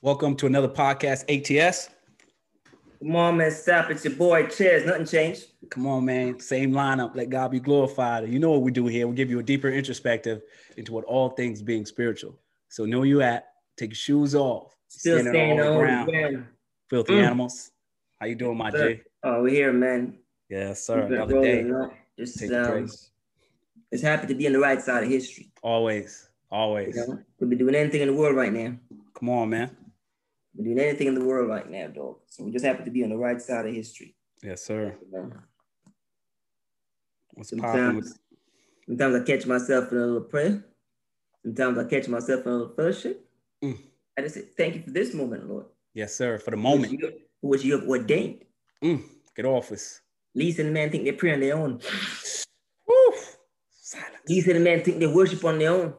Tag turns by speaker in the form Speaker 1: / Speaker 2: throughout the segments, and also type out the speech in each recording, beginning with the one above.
Speaker 1: Welcome to another podcast, ATS.
Speaker 2: Come on, man. Stop. It's your boy Chairs. Nothing changed.
Speaker 1: Come on, man. Same lineup. Let God be glorified. You know what we do here. We give you a deeper introspective into what all things being spiritual. So know you at. Take your shoes off.
Speaker 2: Still
Speaker 1: Stand it
Speaker 2: staying
Speaker 1: all
Speaker 2: on
Speaker 1: around.
Speaker 2: ground.
Speaker 1: Filthy
Speaker 2: Mm.
Speaker 1: animals. How you doing, my
Speaker 2: Sir.
Speaker 1: G?
Speaker 2: Oh, we're here, man.
Speaker 1: Yes, sir.
Speaker 2: We've been
Speaker 1: Another day.
Speaker 2: rolling up. It's,
Speaker 1: Take your
Speaker 2: um,
Speaker 1: praise.
Speaker 2: it's happy to be on the right side of history.
Speaker 1: Always.
Speaker 2: You
Speaker 1: Always.
Speaker 2: know, we'll be doing anything in the world right now.
Speaker 1: Come on, man.
Speaker 2: We're doing anything in the world right now, dog. So we just happen to be on the right side of history.
Speaker 1: Yes, sir.
Speaker 2: you know.
Speaker 1: What's popping
Speaker 2: Sometimes,
Speaker 1: with
Speaker 2: sometimes I catch myself in a little prayer. Sometimes I catch myself in a little fellowship.
Speaker 1: Mm.
Speaker 2: I just say, thank you for this moment, Lord.
Speaker 1: Yes, sir. For the
Speaker 2: Which
Speaker 1: moment.
Speaker 2: you, which you have ordained.
Speaker 1: Mm. Get off us.
Speaker 2: Least and man think they pray on their own.
Speaker 1: Woo. Silence.
Speaker 2: These and man think they worship on their own.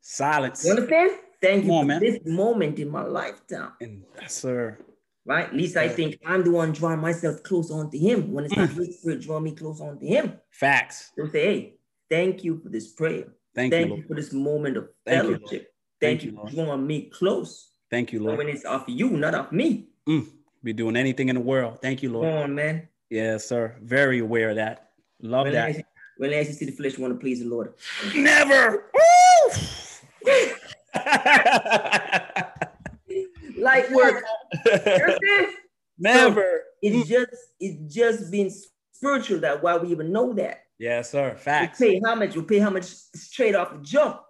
Speaker 1: Silence.
Speaker 2: You understand? Thank
Speaker 1: Come
Speaker 2: you
Speaker 1: on,
Speaker 2: for
Speaker 1: man.
Speaker 2: this moment in my lifetime,
Speaker 1: And yes, sir.
Speaker 2: right? At least I
Speaker 1: Yeah. Mm.
Speaker 2: think I'm the one drawing myself close onto him. When it's not his spirit drawing me close onto him,
Speaker 1: Facts.
Speaker 2: they'll say, hey, thank you for this prayer.
Speaker 1: Thank,
Speaker 2: Thank,
Speaker 1: you,
Speaker 2: you,
Speaker 1: Lord.
Speaker 2: for this moment of
Speaker 1: Thank you, Lord.
Speaker 2: fellowship.
Speaker 1: Thank
Speaker 2: Thank,
Speaker 1: you,
Speaker 2: you for
Speaker 1: Lord.
Speaker 2: drawing me close.
Speaker 1: Thank you, Lord.
Speaker 2: When it's of you, not of me.
Speaker 1: Mm, be doing anything in the world. Thank you,
Speaker 2: Come
Speaker 1: Lord.
Speaker 2: on, man.
Speaker 1: Yes, sir. Very aware of that. Love
Speaker 2: When
Speaker 1: that.
Speaker 2: last, when last you see the flesh, you want to please the Lord.
Speaker 1: Never. Woo!
Speaker 2: Like work. You understand?
Speaker 1: Never.
Speaker 2: It's just it's just being spiritual that why we even know that.
Speaker 1: Yes, sir.
Speaker 2: We
Speaker 1: Facts.
Speaker 2: pay how much? We pay how much straight off the jump.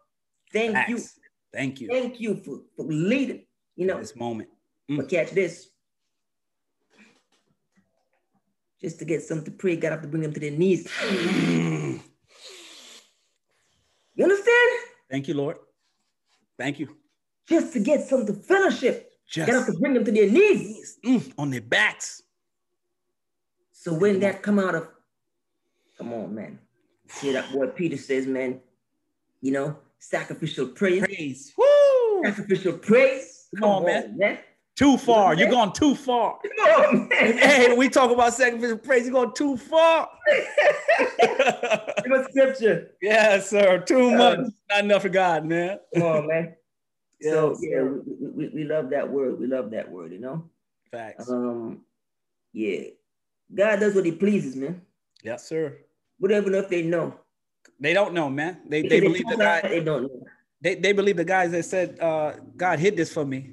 Speaker 2: Thank you,
Speaker 1: Facts. Thank you.
Speaker 2: thank you for, for leading. You
Speaker 1: In
Speaker 2: know,
Speaker 1: This moment.
Speaker 2: but catch this. Just to get something to pray, God have to bring them to their knees.
Speaker 1: Mm.
Speaker 2: You understand?
Speaker 1: Thank you, Lord. Thank you.
Speaker 2: Just to get some to fellowship, God have
Speaker 1: Just
Speaker 2: to bring them to their knees.
Speaker 1: mm, on their backs.
Speaker 2: So when that come out of, come on, man. See that boy Peter says, man, you know, sacrificial praise,
Speaker 1: Praise. Woo!
Speaker 2: sacrificial praise.
Speaker 1: Come on, man.
Speaker 2: man.
Speaker 1: Too far. You're going too far.
Speaker 2: Come on, man.
Speaker 1: Hey, when we talk about sacrificial praise, you're going too far.
Speaker 2: Give us scripture.
Speaker 1: Yes, sir. Too
Speaker 2: Uh,
Speaker 1: much. Not enough of God, man.
Speaker 2: Come on, man. so
Speaker 1: Yes,
Speaker 2: yeah,
Speaker 1: sir.
Speaker 2: we, we, we- we love that word. We love that word, you know.
Speaker 1: Facts.
Speaker 2: Um, yeah. God does what he pleases, man.
Speaker 1: Yes, sir.
Speaker 2: Whatever enough they know.
Speaker 1: They don't know, man. They
Speaker 2: Because
Speaker 1: they believe the
Speaker 2: talk
Speaker 1: guy.
Speaker 2: like they don't know.
Speaker 1: They, they believe the guys that said uh, God hid this for me.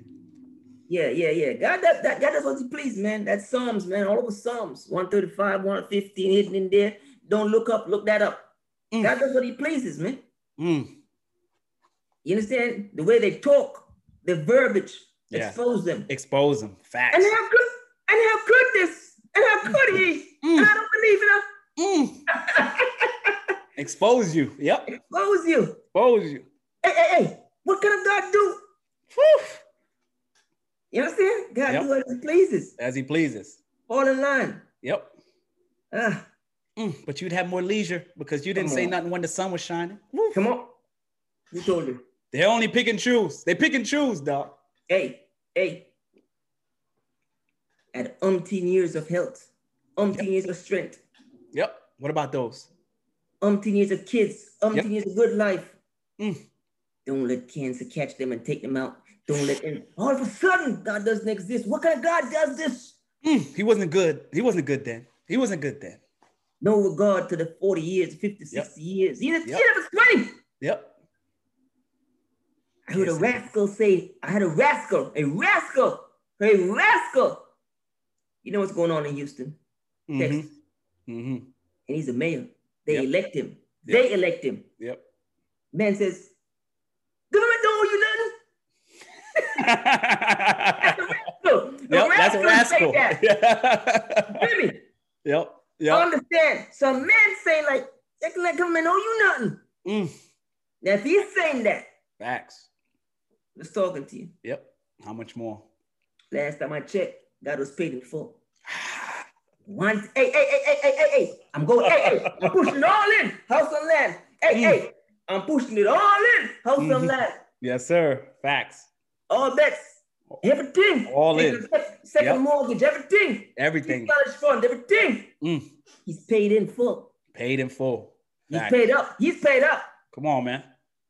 Speaker 2: Yeah, yeah, yeah. God does that God does what he pleases, man. That's Psalms, man. All over Psalms. 135, 115 hidden in there. Don't look up, look that up.
Speaker 1: Mm.
Speaker 2: God does what he pleases, man.
Speaker 1: Mm.
Speaker 2: You understand? The way they talk, the verbiage,
Speaker 1: Yeah.
Speaker 2: expose them.
Speaker 1: Expose them.
Speaker 2: and
Speaker 1: Facts.
Speaker 2: how good and how good this and how good he is. And I don't believe it.
Speaker 1: Mm. Expose you. Yep.
Speaker 2: What was you?
Speaker 1: Expose you.
Speaker 2: Hey, hey, hey, what can a God do?
Speaker 1: Whew.
Speaker 2: You understand? God
Speaker 1: Yep.
Speaker 2: do what he pleases.
Speaker 1: As he pleases.
Speaker 2: Fall in line.
Speaker 1: Yep.
Speaker 2: Ah,
Speaker 1: Mm. But you'd have more leisure because you didn't
Speaker 2: Come
Speaker 1: say
Speaker 2: on.
Speaker 1: nothing when the sun was shining. Woo.
Speaker 2: come on. Who told you?
Speaker 1: They only pick and choose. They pick and choose, dog.
Speaker 2: Hey, hey. At umpteen years of health, umpteen years of strength,
Speaker 1: Yep. What about those?
Speaker 2: umpteen years of kids, umpteen years of good life.
Speaker 1: Mm.
Speaker 2: Don't let cancer catch them and take them out. Don't let them. All of a sudden, God doesn't exist. What kind of God does this?
Speaker 1: Mm, he wasn't good. He wasn't good then. He wasn't good then.
Speaker 2: no regard to the 40 years, 50, 60
Speaker 1: Yep.
Speaker 2: years. He didn't,
Speaker 1: Yep.
Speaker 2: he never 20.
Speaker 1: Yep.
Speaker 2: I heard a
Speaker 1: Yes.
Speaker 2: rascal say, I had a rascal, a rascal, a rascal. You know what's going on in Houston,
Speaker 1: hmm
Speaker 2: Texas,
Speaker 1: hmm
Speaker 2: and he's a mayor. They
Speaker 1: Yep.
Speaker 2: elect him.
Speaker 1: Yep.
Speaker 2: They elect him.
Speaker 1: Yep.
Speaker 2: Man says, government don't owe you nothing. Look,
Speaker 1: yep. That's a rascal.
Speaker 2: say that. Jimmy,
Speaker 1: yep.
Speaker 2: I
Speaker 1: Yep.
Speaker 2: understand. Some men say like, acting like government owe you nothing.
Speaker 1: Mm,
Speaker 2: Now, if he's saying that,
Speaker 1: Facts.
Speaker 2: I was talking to you.
Speaker 1: Yep. How much more?
Speaker 2: Last time I checked, God was paid in full. One, hey, hey, hey, hey, hey, hey, hey. I'm going, hey, hey, I'm pushing it all in, house and land. Hey,
Speaker 1: Mm.
Speaker 2: hey, I'm pushing it all in, house
Speaker 1: Mhm.
Speaker 2: and land.
Speaker 1: Yes, sir. Facts.
Speaker 2: All bets, everything.
Speaker 1: All in.
Speaker 2: Second- Second
Speaker 1: Yep.
Speaker 2: mortgage, everything.
Speaker 1: Everything
Speaker 2: College fund, everything.
Speaker 1: Mm.
Speaker 2: He's paid in full.
Speaker 1: paid in full.
Speaker 2: He's
Speaker 1: Facts.
Speaker 2: paid up. He's paid up.
Speaker 1: Come on, man.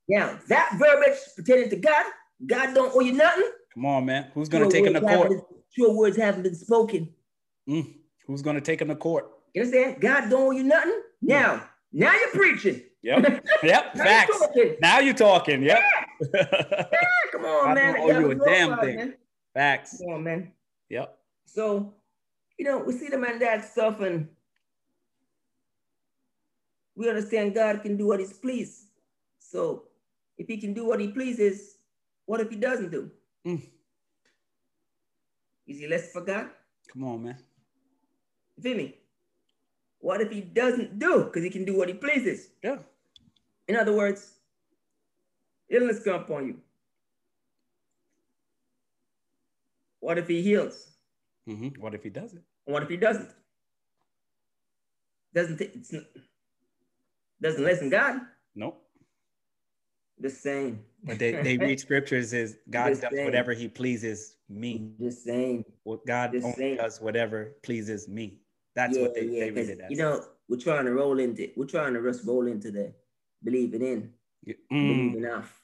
Speaker 2: Now, that verbiage pertaining to God, God don't owe you nothing.
Speaker 1: Come on, man. Who's going to
Speaker 2: Sure
Speaker 1: take him to
Speaker 2: words
Speaker 1: court?
Speaker 2: haven't been- Sure words haven't been spoken.
Speaker 1: Mm. Who's going to take him to court?
Speaker 2: You understand? God don't owe you nothing. Now, now you're preaching.
Speaker 1: Yep. Yep.
Speaker 2: Now
Speaker 1: Facts.
Speaker 2: You're talking.
Speaker 1: Now you're talking. Yep.
Speaker 2: Ah, come on,
Speaker 1: God
Speaker 2: man.
Speaker 1: don't owe
Speaker 2: Y'all
Speaker 1: you
Speaker 2: was
Speaker 1: a damn
Speaker 2: glorified,
Speaker 1: thing.
Speaker 2: man.
Speaker 1: Facts.
Speaker 2: Come on, man.
Speaker 1: Yep.
Speaker 2: So, you know, we see them and that stuff, and we understand God can do what He's pleased. So, if He can do what He pleases, what if He doesn't do?
Speaker 1: Mm.
Speaker 2: Is He less for God?
Speaker 1: Come on, man.
Speaker 2: You feel me? What if He doesn't do? Because He can do what He pleases.
Speaker 1: Yeah.
Speaker 2: In other words, illness come upon you. What if He heals?
Speaker 1: hmm
Speaker 2: Mm-hmm.
Speaker 1: What if he doesn't?
Speaker 2: And what if he doesn't? Doesn't t- it's n- doesn't listen God?
Speaker 1: Nope.
Speaker 2: The same.
Speaker 1: But they, they read scriptures as God
Speaker 2: Just
Speaker 1: does
Speaker 2: saying.
Speaker 1: whatever he pleases me.
Speaker 2: The same.
Speaker 1: What God
Speaker 2: Just
Speaker 1: only
Speaker 2: saying.
Speaker 1: does whatever pleases me. That's what they, they read
Speaker 2: 'cause,
Speaker 1: it as.
Speaker 2: You know, we're trying to roll into we're trying to just roll into the believing in,
Speaker 1: You- mm,
Speaker 2: believing off.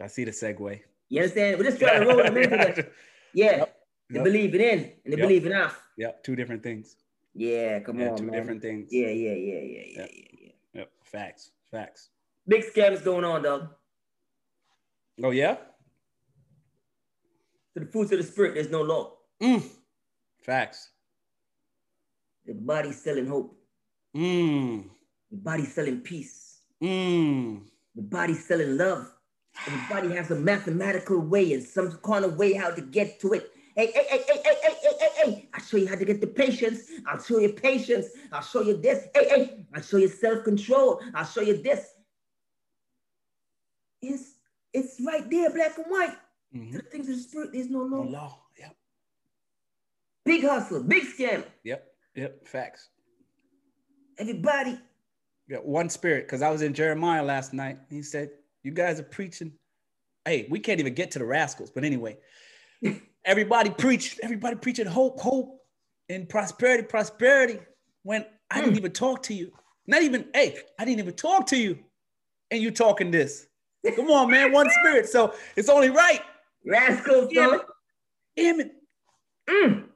Speaker 1: I see the segue.
Speaker 2: You understand? We're just trying to roll them into the yeah, the
Speaker 1: Yep.
Speaker 2: believing in and the
Speaker 1: Yep.
Speaker 2: believing off.
Speaker 1: Yep, two different things.
Speaker 2: Yeah, come
Speaker 1: Yeah,
Speaker 2: on,
Speaker 1: two
Speaker 2: Oh, man.
Speaker 1: different things.
Speaker 2: Yeah, yeah, yeah, yeah, yeah,
Speaker 1: Yep.
Speaker 2: yeah, yeah.
Speaker 1: Yep. Facts. Facts.
Speaker 2: Big scams going on, dog.
Speaker 1: Oh yeah.
Speaker 2: To the fruits of the spirit, there's no law.
Speaker 1: Mm. Facts.
Speaker 2: The body's selling hope.
Speaker 1: Mm.
Speaker 2: The body's selling peace.
Speaker 1: Mm.
Speaker 2: The body's selling love. Everybody has a mathematical way and some kind of way how to get to it. Hey, hey, hey, hey, hey, hey, hey, hey, hey. I'll show you how to get the patience. I'll show you patience. I'll show you this. Hey, hey. I'll show you self-control. I'll show you this. It's it's right there, black and white.
Speaker 1: Mhm.
Speaker 2: To the things of the spirit, there's no
Speaker 1: No
Speaker 2: law.
Speaker 1: law. Yep.
Speaker 2: Big hustle, big scam.
Speaker 1: Yep. Yep. Facts.
Speaker 2: Everybody,
Speaker 1: Yeah, one spirit. Because I was in Jeremiah last night. He said, "You guys are preaching." Hey, we can't even get to the rascals. But anyway, everybody preached. Everybody preaching hope, hope, and prosperity, prosperity. When I didn't even talk to you. Not even. Hey, I didn't even talk to you, and you talking this. Come on, man. One spirit. So it's only right.
Speaker 2: rascals,
Speaker 1: Damn
Speaker 2: dog.
Speaker 1: Damn it!
Speaker 2: Mm.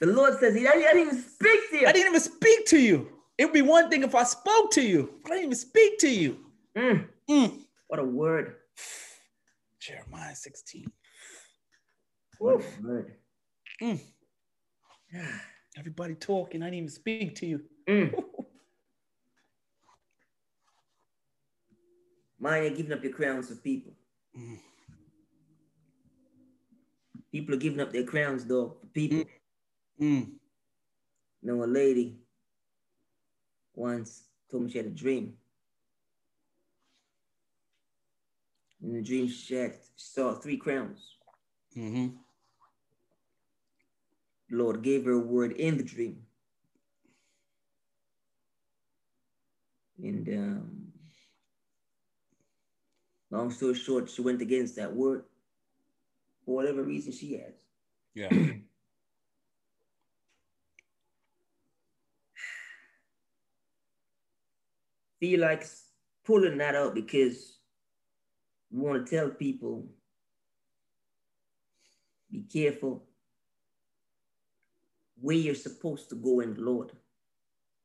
Speaker 2: The Lord says, I didn't I didn't even speak to you.
Speaker 1: I didn't even speak to you. It would be one thing if I spoke to you. I didn't even speak to you.
Speaker 2: Mm.
Speaker 1: Mm.
Speaker 2: What a word.
Speaker 1: Jeremiah 16.
Speaker 2: What a word.
Speaker 1: Mm. Everybody talking. I didn't even speak to you.
Speaker 2: Mm. Mind you giving up your crowns for people.
Speaker 1: Mm.
Speaker 2: People are giving up their crowns, though, for people.
Speaker 1: Mm. Mm.
Speaker 2: Know a lady once told me she had a dream. In the dream, she, had, she saw three crowns.
Speaker 1: Mm-hmm.
Speaker 2: The Lord gave her a word in the dream. And um, long story short, she went against that word for whatever reason she has.
Speaker 1: Yeah.
Speaker 2: Feel like pulling that out because we want to tell people be careful where you're supposed to go in the Lord.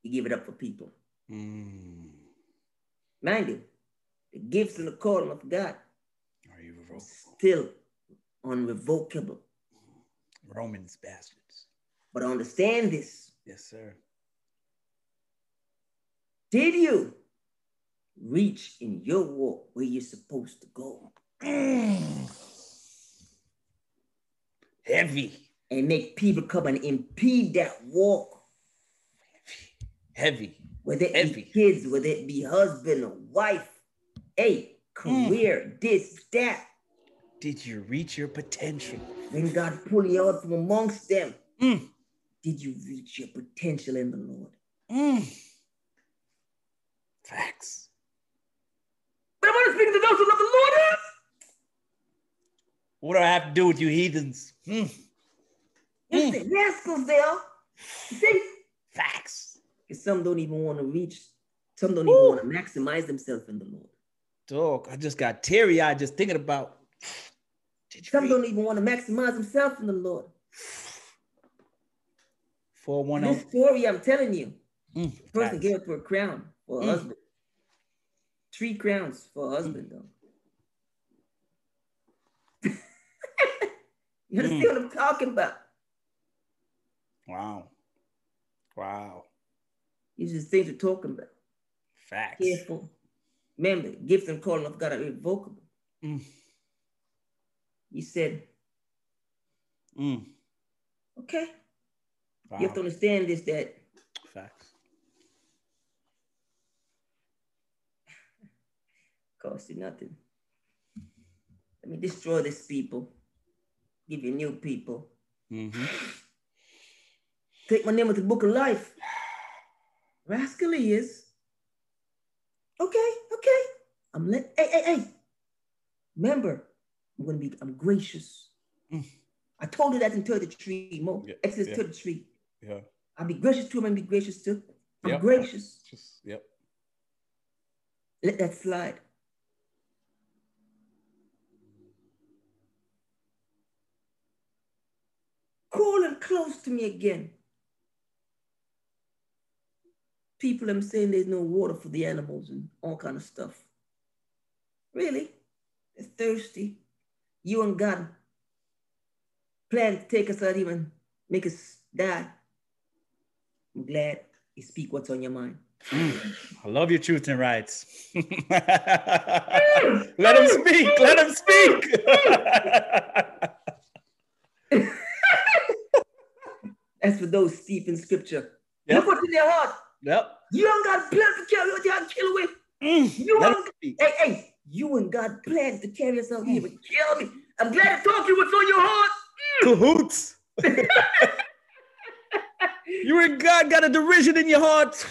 Speaker 2: You give it up for people.
Speaker 1: Mm.
Speaker 2: Mind you, the gifts and the calling of God
Speaker 1: Are you
Speaker 2: are
Speaker 1: Ro-
Speaker 2: still unrevocable.
Speaker 1: Romans bastards?
Speaker 2: But understand this.
Speaker 1: Yes, sir.
Speaker 2: Did you reach in your walk where you're supposed to go
Speaker 1: Mm. Heavy,
Speaker 2: and make people come and impede that walk?
Speaker 1: heavy.
Speaker 2: Whether it
Speaker 1: Envy.
Speaker 2: be kids, whether it be husband or wife, hey, career, this, that.
Speaker 1: Did you reach your potential?
Speaker 2: When God pull you out from amongst them,
Speaker 1: Mm.
Speaker 2: did you reach your potential in the Lord?
Speaker 1: Mm. Facts.
Speaker 2: But I want to speak to those who love the Lord. is.
Speaker 1: What do I have to do with you heathens? Mm.
Speaker 2: You see, rascals they are. You see?
Speaker 1: Facts.
Speaker 2: 'Cause some don't even want to reach, some don't
Speaker 1: Woo.
Speaker 2: even want to maximize themselves in the Lord.
Speaker 1: Dog, I just got teary eyed just thinking about Did you
Speaker 2: Some
Speaker 1: read?
Speaker 2: don't even want to maximize themselves in the Lord.
Speaker 1: 410.
Speaker 2: This story I'm telling you,
Speaker 1: Mm,
Speaker 2: person
Speaker 1: Oh, facts.
Speaker 2: gave up for a crown for a
Speaker 1: Mm.
Speaker 2: husband. Three crowns for a husband, though. you understand
Speaker 1: Mm.
Speaker 2: what I'm talking about?
Speaker 1: Wow. Wow.
Speaker 2: These are the things we're talking about.
Speaker 1: Facts.
Speaker 2: Careful. Remember, gift and calling of God are irrevocable.
Speaker 1: Mm.
Speaker 2: You said,
Speaker 1: Mm,
Speaker 2: okay.
Speaker 1: wow.
Speaker 2: You have to understand this that
Speaker 1: Facts.
Speaker 2: cost you nothing. Let me destroy these people, give you new people.
Speaker 1: hmm
Speaker 2: Take my name with the book of life. Rascally is. Okay, okay. I'm let hey, hey, hey. Remember, I'm gonna be I'm gracious.
Speaker 1: Mm.
Speaker 2: I told you that in 33 more.
Speaker 1: Yeah,
Speaker 2: Exodus
Speaker 1: yeah.
Speaker 2: 33.
Speaker 1: Yeah.
Speaker 2: I'll be gracious to him and be gracious to. I'm
Speaker 1: Yep.
Speaker 2: gracious.
Speaker 1: Just yep.
Speaker 2: Let that slide. Call him close to me again. People, I'm saying there's no water for the animals and all kind of stuff. Really? They're thirsty. You and God plan to take us out even make us die. I'm glad you speak what's on your mind.
Speaker 1: I love your truth and rights. let him speak. Let him speak.
Speaker 2: That's for those steep in scripture.
Speaker 1: Yep.
Speaker 2: Look what's in their heart.
Speaker 1: yep.
Speaker 2: You ain't got plans to carry us out kill away.
Speaker 1: Mm,
Speaker 2: You
Speaker 1: let
Speaker 2: ain't
Speaker 1: him speak.
Speaker 2: hey, hey, you and God plans to carry us out here and kill me. I'm glad to talk to you what's on your heart.
Speaker 1: Cahoots. you and God got a derision in your heart.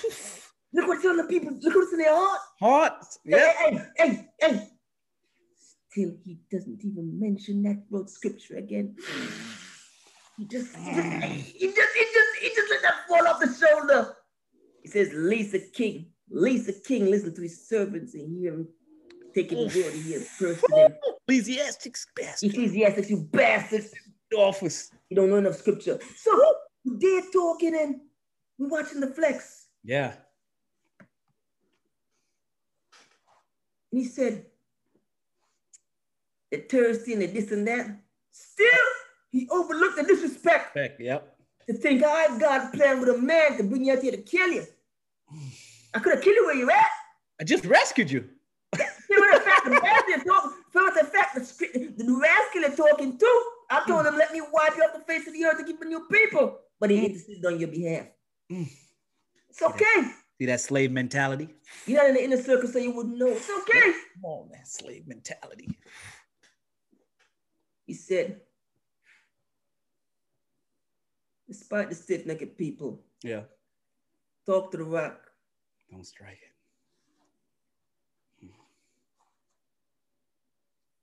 Speaker 2: Look what's on the people, look what's in their heart.
Speaker 1: Heart. Yep.
Speaker 2: Hey, hey, hey, hey, hey. eh, Still, he doesn't even mention that word scripture again. He just, he just, he just, he just, he just let that fall off the shoulder. He says, Lisa King, Lisa King, listen to his servants and hear him taking the word and hear him personally.
Speaker 1: Ecclesiastics best.
Speaker 2: Ecclesiastes, you bastards.
Speaker 1: Office.
Speaker 2: You don't know enough scripture. So they're talking and we're watching the flex.
Speaker 1: Yeah.
Speaker 2: And he said, the thirsty and the this and that. Still, he overlooked the disrespect
Speaker 1: Heck, Yep.
Speaker 2: to think I God playing with a man to bring you out here to kill you. I could have killed you where you at.
Speaker 1: I just rescued you.
Speaker 2: You know the fact the bastard talk, so the fact the, script- the rascal are talking too. I told him, let me wipe you off the face of the earth to keep a new people. But he interceded on your behalf.
Speaker 1: Mm.
Speaker 2: It's okay.
Speaker 1: See that slave mentality?
Speaker 2: You're not in the inner circle, so you wouldn't know. It's okay.
Speaker 1: Come on, that slave mentality.
Speaker 2: He said, despite the stiff necked people,
Speaker 1: Yeah.
Speaker 2: talk to the rock.
Speaker 1: Don't strike it.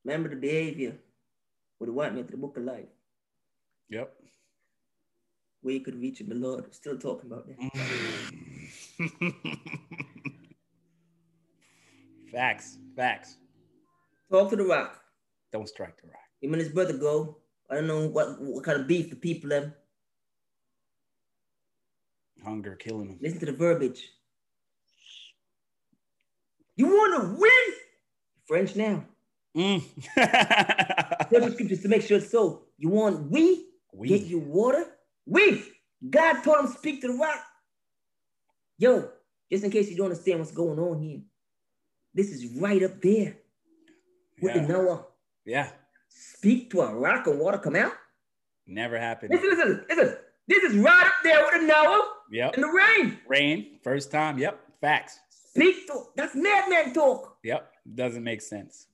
Speaker 2: Remember the behavior with the white man to the book of life,
Speaker 1: Yep.
Speaker 2: where you could reach him, the Lord. We're still talking about that.
Speaker 1: Mm. Facts. Facts.
Speaker 2: Talk to the rock.
Speaker 1: Don't strike the rock.
Speaker 2: Him and his brother go. I don't know what, what kind of beef the people have.
Speaker 1: Hunger killing them.
Speaker 2: Listen to the verbiage. You want to win? French now.
Speaker 1: Mm.
Speaker 2: Search the scriptures to make sure it's so. You want we? Get
Speaker 1: we.
Speaker 2: you water? We! God told him speak to the rock. Yo, just in case you don't understand what's going on here, this is right up there with the
Speaker 1: Yeah.
Speaker 2: Noah.
Speaker 1: yeah.
Speaker 2: Speak to a rock and water come out.
Speaker 1: Never happened.
Speaker 2: Listen, listen, listen. This is right up there with the Noah
Speaker 1: Yep.
Speaker 2: and the rain.
Speaker 1: Rain. First time. Yep. Facts.
Speaker 2: Speak to that's madman talk.
Speaker 1: Yep. Doesn't make sense.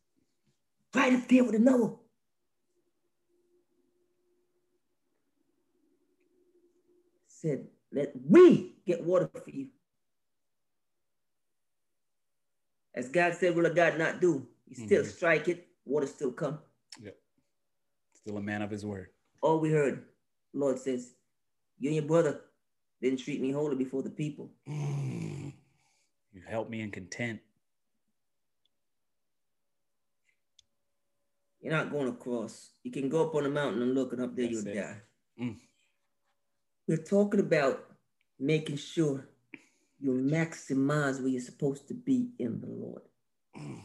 Speaker 2: Right up there with the Noah. Said, let we get water for you. As God said, will a God not do? You still
Speaker 1: Mhm.
Speaker 2: strike it, water still come.
Speaker 1: Still a man of his word.
Speaker 2: All we heard, Lord says, you and your brother didn't treat me holy before the people.
Speaker 1: Mm. You help me in content.
Speaker 2: You You're not going across. You can go up on a mountain and look, and up there
Speaker 1: That's
Speaker 2: you'll
Speaker 1: it.
Speaker 2: die.
Speaker 1: Mm.
Speaker 2: We're talking about making sure you maximize where you're supposed to be in the Lord,
Speaker 1: Mm.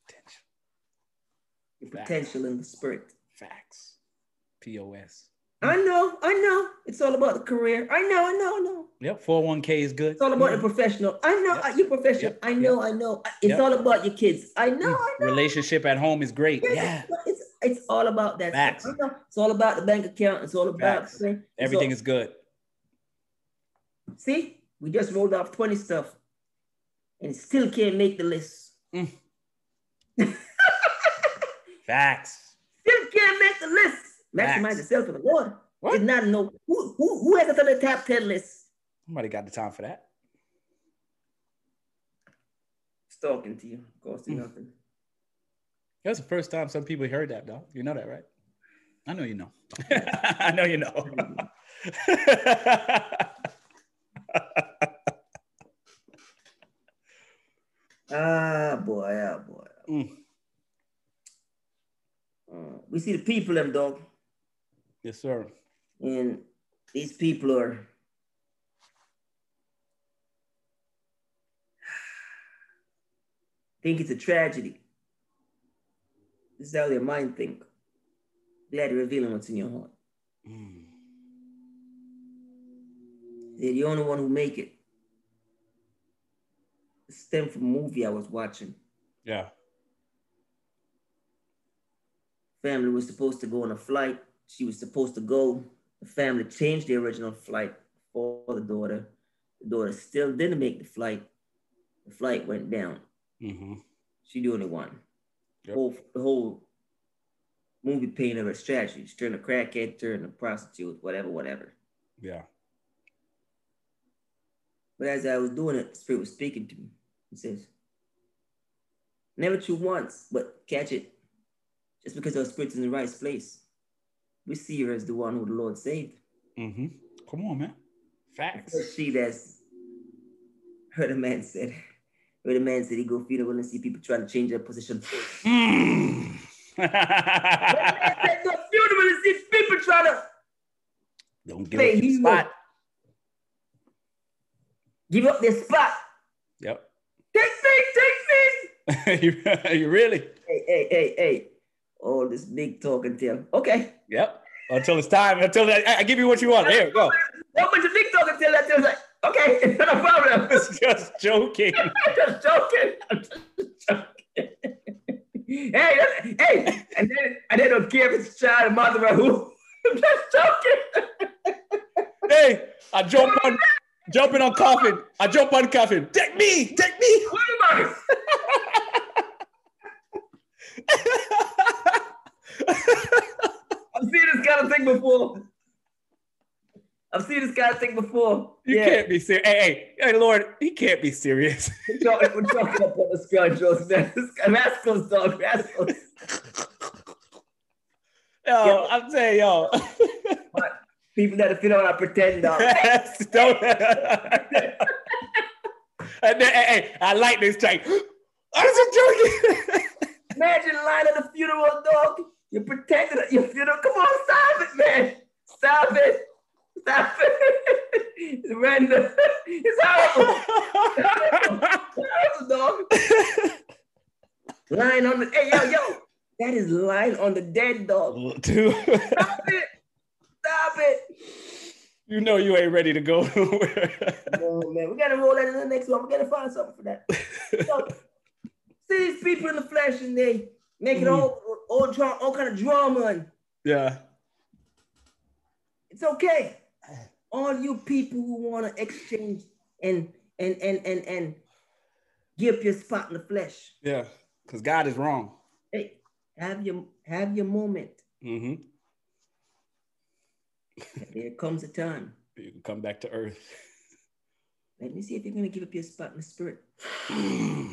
Speaker 1: Potential.
Speaker 2: your
Speaker 1: Facts.
Speaker 2: potential in the spirit.
Speaker 1: Facts. POS.
Speaker 2: I know, I know. It's all about the career. I know, I know, I know.
Speaker 1: Yep. 401k is good. Mm.
Speaker 2: It's all about the professional. I know
Speaker 1: Yep.
Speaker 2: uh, your professional.
Speaker 1: Yep.
Speaker 2: I know, I know. I- It's
Speaker 1: Yep.
Speaker 2: all about your kids. I know, I know.
Speaker 1: Relationship at home is great.
Speaker 2: Yes,
Speaker 1: Yeah.
Speaker 2: It's, it's all about that. stuff.
Speaker 1: Facts.
Speaker 2: I know. It's all about the bank account. It's all about
Speaker 1: Facts.
Speaker 2: see?
Speaker 1: Everything is good.
Speaker 2: So- see. We just rolled off twenty stuff, and still can't make the list.
Speaker 1: Facts.
Speaker 2: Still can't make the list. Maximize
Speaker 1: Facts.
Speaker 2: yourself in the Lord.
Speaker 1: What?
Speaker 2: It's not no who who who has us on the top ten list.
Speaker 1: Nobody got the time for that.
Speaker 2: It's talking to you, costing
Speaker 1: Mm.
Speaker 2: nothing.
Speaker 1: That's the first time some people heard that, dog. You know that, right? I know you know. I know you know.
Speaker 2: Ah, boy, ah, boy.
Speaker 1: Mm.
Speaker 2: Uh, we see the people, them dog,
Speaker 1: yes, sir.
Speaker 2: and these people are. think it's a tragedy. This is how their mind think. Glad you're revealing what's in your heart.
Speaker 1: Mm.
Speaker 2: They're the only one who make it. It stemmed from a movie I was watching.
Speaker 1: Yeah.
Speaker 2: family was supposed to go on a flight. She was supposed to go. The family changed the original flight for the daughter. The daughter still didn't make the flight. The flight went down.
Speaker 1: Mm-hmm.
Speaker 2: She the only one.
Speaker 1: Yep.
Speaker 2: Whole, the whole movie painted her as tragedy. She turned a crackhead, turned a prostitute, whatever, whatever.
Speaker 1: Yeah.
Speaker 2: But as I was doing it, the spirit was speaking to me. He says, Never chew once, but catch it. Just because our spirit's in the right place. We see her as the one who the Lord saved.
Speaker 1: Mm-hmm. Come on, man. Facts.
Speaker 2: But she that's heard a man said, heard a man said he go funeral and see people trying to change their position.
Speaker 1: Mm.
Speaker 2: Heard a man said, go funeral and see people trying to
Speaker 1: Don't give up
Speaker 2: play
Speaker 1: your
Speaker 2: hero.
Speaker 1: spot.
Speaker 2: Give up their spot.
Speaker 1: Yep.
Speaker 2: Take me, take me.
Speaker 1: you, you really?
Speaker 2: Hey, hey, hey, hey. All this big talk until okay.
Speaker 1: Yep. Until it's time. Until I, I give you what you want. There, go.
Speaker 2: How much big talk until that till like, okay, no problem.
Speaker 1: It's just joking.
Speaker 2: I'm just joking. I'm just joking. hey, that's- hey, and then and then don't care if it's child, mother, or who. I'm just joking.
Speaker 1: Hey, I jump on jumping on coffin. I jump on coffin. Take me, take me.
Speaker 2: What am I? I've seen this kind of thing before. I've seen this kind of thing before.
Speaker 1: you can't be serious. Hey, hey, hey, Lord, he can't be serious.
Speaker 2: we're talking, we're talking about the scoundrels, man. This guy- Rascals, dog, rascals.
Speaker 1: Yo,
Speaker 2: Yeah.
Speaker 1: I'm saying, yo.
Speaker 2: People that feel out pretend, dog.
Speaker 1: Don't- and then, hey, hey, I like this type. I'm just joking.
Speaker 2: Imagine lying at a funeral, dog. You're protected at your funeral. Come on, stop it, man. Stop it. Stop it. It's random. It's horrible. Horrible, dog. lying on the hey yo yo. That is lying on the dead dog.
Speaker 1: Dude,
Speaker 2: Stop it. Stop it.
Speaker 1: you know you ain't ready to go nowhere.
Speaker 2: Oh man, we gotta roll that in the next one. We gotta find something for that. So, see these people in the flesh and they making all all, dra- all kind of drama and
Speaker 1: yeah.
Speaker 2: It's okay. All you people who want to exchange and and and and and give your spot in the flesh.
Speaker 1: Yeah. Because God is wrong.
Speaker 2: Hey, have your have your moment.
Speaker 1: Mm-hmm.
Speaker 2: There comes a time.
Speaker 1: You can come back to earth.
Speaker 2: Let me see if you're gonna give up your spot in the spirit.
Speaker 1: Mm-hmm.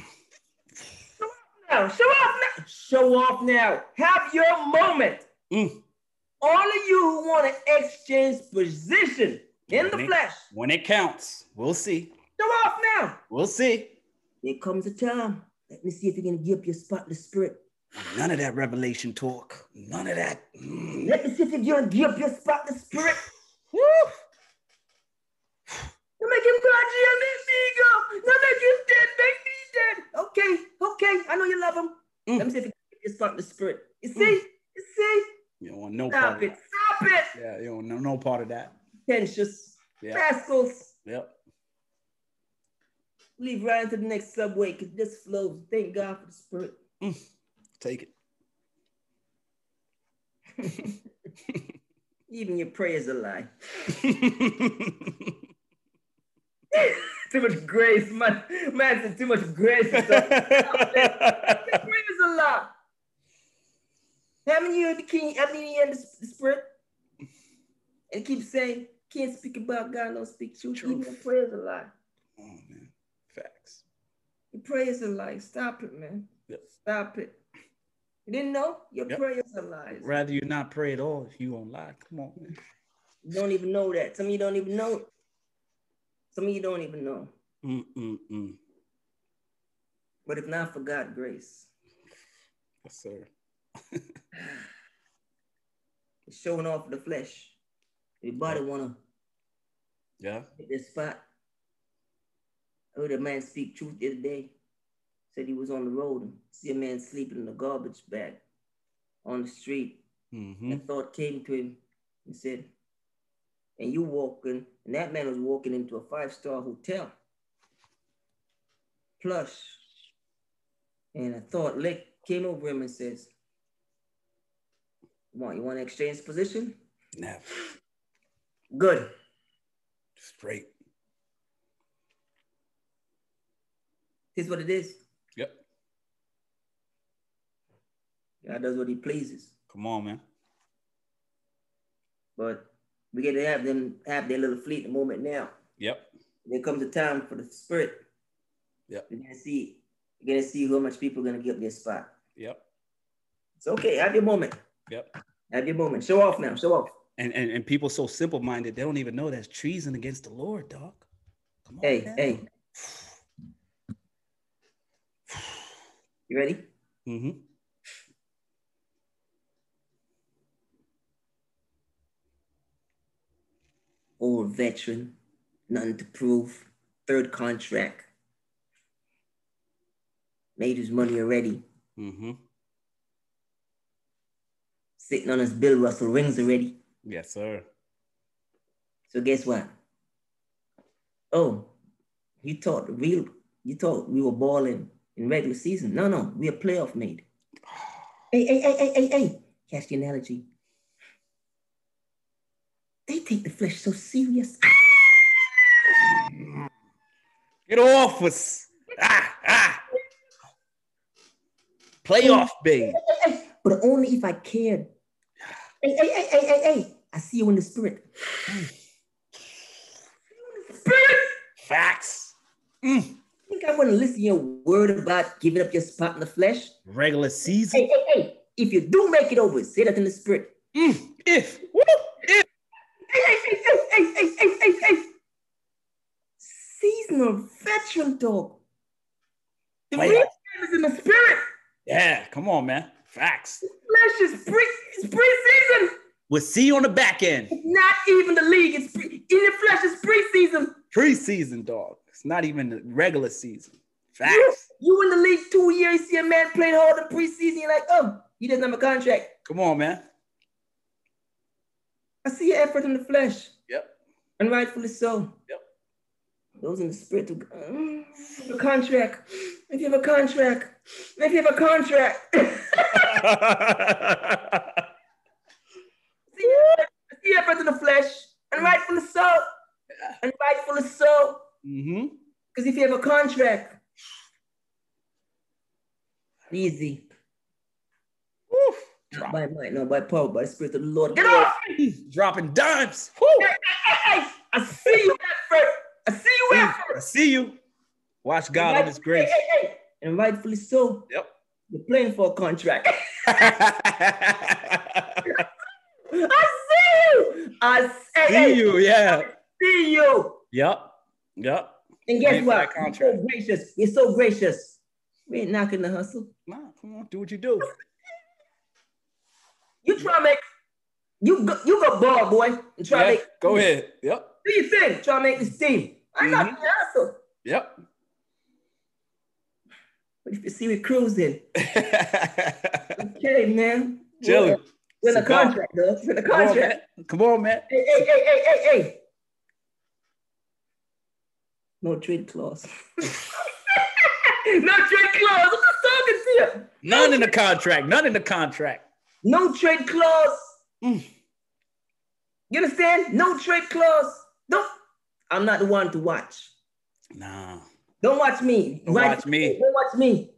Speaker 2: Now, show off now. Show off now. Have your moment.
Speaker 1: Mm.
Speaker 2: All of you who want to exchange position in the
Speaker 1: Mhm.
Speaker 2: flesh,
Speaker 1: When it counts, we'll see.
Speaker 2: show off now.
Speaker 1: We'll see.
Speaker 2: There comes a time. Let me see if you're gonna give up your spot in the spirit.
Speaker 1: None of that revelation talk. None of that. Mm.
Speaker 2: Let me see if you don't give up your spotless spirit.
Speaker 1: Woo!
Speaker 2: Now make him God, yeah, let me go. Now make him dead, make me dead. Okay, okay. I know you love him.
Speaker 1: Mm.
Speaker 2: Let me see if you can give your spotless spirit. You see? You see?
Speaker 1: You don't want no part
Speaker 2: Stop
Speaker 1: of
Speaker 2: it.
Speaker 1: that.
Speaker 2: Stop it.
Speaker 1: Yeah, you don't know no part of that.
Speaker 2: Pretentious.
Speaker 1: Yeah.
Speaker 2: Rascals.
Speaker 1: Yep.
Speaker 2: Leave right into the next subway because this flows. Thank God for the spirit.
Speaker 1: Take it.
Speaker 2: Even your prayers are lie. too much grace, man. Man said too much grace. Your prayers are lie. How many years the king? How many years the s- the spirit? And keep saying, can't speak about God, don't speak truth. Even your
Speaker 1: Truth.
Speaker 2: prayers are lie.
Speaker 1: oh man. Facts.
Speaker 2: Your prayers are lie. Stop it, man.
Speaker 1: Yep.
Speaker 2: Stop it. You didn't know? Your
Speaker 1: Yep.
Speaker 2: prayers are lies.
Speaker 1: Rather you not pray at all if you don't lie. Come on, man.
Speaker 2: You don't even know that. Some of you don't even know. it. Some of you don't even know.
Speaker 1: Mm, mm, mm.
Speaker 2: But if not for God grace,
Speaker 1: Yes, sir.
Speaker 2: it's showing off the flesh. Everybody wanna
Speaker 1: Yeah.
Speaker 2: hit their spot. I heard a man speak truth the other day. Said he was on the road and see a man sleeping in a garbage bag on the street.
Speaker 1: Mm-hmm.
Speaker 2: And thought came to him and said, and you walking, and that man was walking into a five-star hotel. Plush. And a thought lick came over him and says, What, you want to exchange position?
Speaker 1: Nah,
Speaker 2: Good.
Speaker 1: straight.
Speaker 2: Here's what it is.
Speaker 1: Yep.
Speaker 2: God does what he pleases.
Speaker 1: Come on, man.
Speaker 2: But we get to have them have their little fleeting moment now.
Speaker 1: Yep.
Speaker 2: There comes a time for the spirit.
Speaker 1: Yep.
Speaker 2: You're gonna see, you're gonna see how much people are gonna give up their spot.
Speaker 1: Yep.
Speaker 2: It's okay, have your moment.
Speaker 1: Yep.
Speaker 2: Have your moment. Show off now. Show off.
Speaker 1: And and, and people so simple minded, they don't even know that's treason against the Lord, dog. Come on.
Speaker 2: Hey,
Speaker 1: man.
Speaker 2: hey. You ready?
Speaker 1: Mm-hmm.
Speaker 2: Old veteran, nothing to prove. Third contract. Made his money already.
Speaker 1: Mm-hmm.
Speaker 2: Sitting on his Bill Russell rings already.
Speaker 1: Yes, sir.
Speaker 2: So guess what? Oh, you thought real you thought we were balling in regular season. No, no, we are playoff made. Hey, hey, hey, hey, hey, hey. Catch the analogy. They take the flesh so serious.
Speaker 1: Get off us. Ah, ah. Playoff babe.
Speaker 2: but only if I cared. Hey, hey, hey, hey, hey, hey. I see you in the spirit.
Speaker 1: Facts.
Speaker 2: You think I want to listen to your word about giving up your spot in the flesh?
Speaker 1: Regular season.
Speaker 2: Hey, hey, hey. If you do make it over, say that in the spirit.
Speaker 1: Mm. If. Woo. If.
Speaker 2: hey, hey, hey, hey, hey, hey, hey, hey, hey. Seasonal veteran dog. The
Speaker 1: Wait.
Speaker 2: real time is in the spirit.
Speaker 1: Yeah. Come on, man. Facts.
Speaker 2: Flesh is pre it's preseason.
Speaker 1: We'll see you on the back end.
Speaker 2: It's not even the league. It's pre in the flesh is preseason.
Speaker 1: Preseason, dog. It's not even the regular season.
Speaker 2: You,
Speaker 1: Facts.
Speaker 2: you in the league two years, you see a man playing hard in preseason, you're like, oh, he doesn't have a contract.
Speaker 1: Come on, man.
Speaker 2: I see your effort in the flesh,
Speaker 1: Yep.
Speaker 2: and rightfully so.
Speaker 1: Yep.
Speaker 2: Those in the spirit, who- mm, if you have a contract. If you have a contract, if you have a contract. See you see effort in the flesh and rightfully so. And rightfully so.
Speaker 1: mm-hmm.
Speaker 2: Because if you have a contract, easy. Not by might, not by power, by the spirit of the Lord. Get off!
Speaker 1: Dropping dimes. Woo.
Speaker 2: Hey, hey, I see you effort. I see you
Speaker 1: Mm,
Speaker 2: effort.
Speaker 1: I see you. Watch God in His grace.
Speaker 2: Hey, hey, hey. And rightfully so.
Speaker 1: Yep.
Speaker 2: You're playing for a contract. I see you. I see,
Speaker 1: see you. Yeah.
Speaker 2: see you.
Speaker 1: Yep. Yep.
Speaker 2: And guess
Speaker 1: Playing for
Speaker 2: what?
Speaker 1: that
Speaker 2: You're so
Speaker 1: contract.
Speaker 2: gracious. You're so gracious. We ain't knocking the hustle.
Speaker 1: Nah, come on, do what you do.
Speaker 2: You try to make you go, you go ball, boy, and try
Speaker 1: Yeah,
Speaker 2: to make
Speaker 1: go ahead. Mm-hmm. Yep.
Speaker 2: do your thing. Try to make this team. I ain't knocking the hustle.
Speaker 1: Yep.
Speaker 2: But if you see we cruising, okay, man.
Speaker 1: Chilling.
Speaker 2: We're in a
Speaker 1: Cigar.
Speaker 2: contract, though. We're in a
Speaker 1: Come on,
Speaker 2: contract.
Speaker 1: man. Come on, man.
Speaker 2: Hey, hey, hey, hey, hey, hey. No trade clause. no trade clause. I'm just talking to you.
Speaker 1: None in the contract. None in the contract.
Speaker 2: No trade clause.
Speaker 1: Mm.
Speaker 2: You understand? No trade clause. Don't. I'm not the one to watch.
Speaker 1: Nah.
Speaker 2: Don't watch me.
Speaker 1: Don't watch me. Mm-hmm.
Speaker 2: Don't watch me.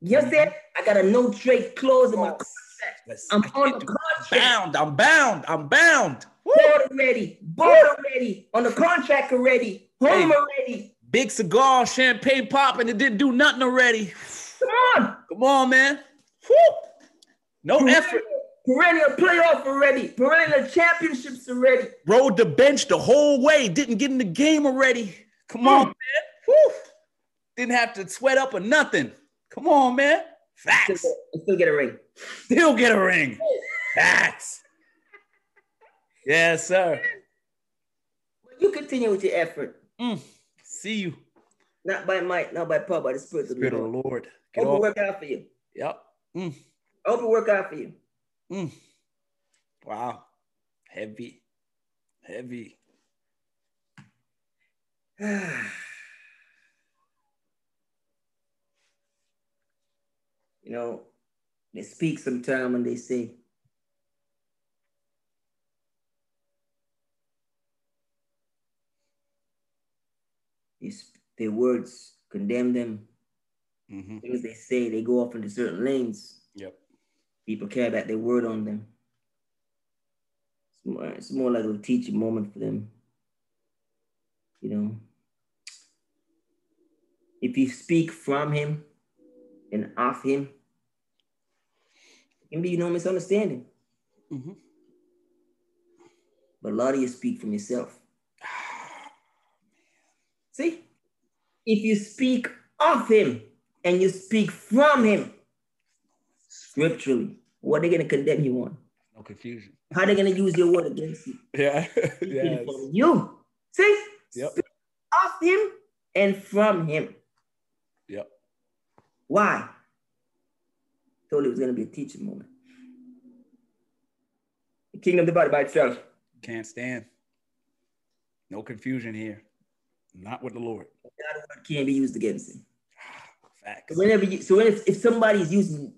Speaker 2: You understand? I got a no trade clause in my
Speaker 1: Oh,
Speaker 2: contract.
Speaker 1: Let's-
Speaker 2: I'm
Speaker 1: I
Speaker 2: on
Speaker 1: can't
Speaker 2: the
Speaker 1: do-
Speaker 2: contract.
Speaker 1: bound. I'm bound. I'm bound.
Speaker 2: Board already. Board already. On the contract already. Home
Speaker 1: Hey.
Speaker 2: already.
Speaker 1: Big cigar, champagne pop, and it didn't do nothing already.
Speaker 2: Come on.
Speaker 1: Come on, man. Woo. No effort.
Speaker 2: Perennial playoff already. Perennial championships already.
Speaker 1: Rode the bench the whole way. Didn't get in the game already. Come on,
Speaker 2: Mm.
Speaker 1: man. Woo. Didn't have to sweat up or nothing. Come on, man.
Speaker 2: Still
Speaker 1: Facts.
Speaker 2: get- still get a ring.
Speaker 1: Still get a ring. Facts. Yes, sir.
Speaker 2: But you continue with your effort.
Speaker 1: Mm. See you.
Speaker 2: Not by might, not by power, by the spirit of the
Speaker 1: Spirit of the
Speaker 2: Lord.
Speaker 1: Lord.
Speaker 2: I
Speaker 1: Get
Speaker 2: hope it
Speaker 1: off.
Speaker 2: work out for you.
Speaker 1: Yep. Mm.
Speaker 2: I hope it work out for you.
Speaker 1: Mm. Wow. Heavy. Heavy.
Speaker 2: you know, they speak sometime when they say, these, their words condemn them.
Speaker 1: Mm-hmm.
Speaker 2: Things they say, they go off into certain lanes.
Speaker 1: Yep.
Speaker 2: People care about their word on them. It's more, it's more like a teaching moment for them. You know, if you speak from him and off him, it can be no misunderstanding.
Speaker 1: Mm-hmm.
Speaker 2: But a lot of you speak from yourself. See, if you speak of him and you speak from him, scripturally, what are they going to condemn you on?
Speaker 1: No confusion.
Speaker 2: How are they going to use your word against you?
Speaker 1: Yeah.
Speaker 2: speaking
Speaker 1: yes.
Speaker 2: from you. See?
Speaker 1: Yep.
Speaker 2: Speak of him and from him.
Speaker 1: Yep.
Speaker 2: Why? Told you it was gonna be a teaching moment. The kingdom divided by itself.
Speaker 1: Can't stand. No confusion here. Not with the Lord.
Speaker 2: God's word can't be used against him.
Speaker 1: Facts.
Speaker 2: So whenever you so if, if somebody's using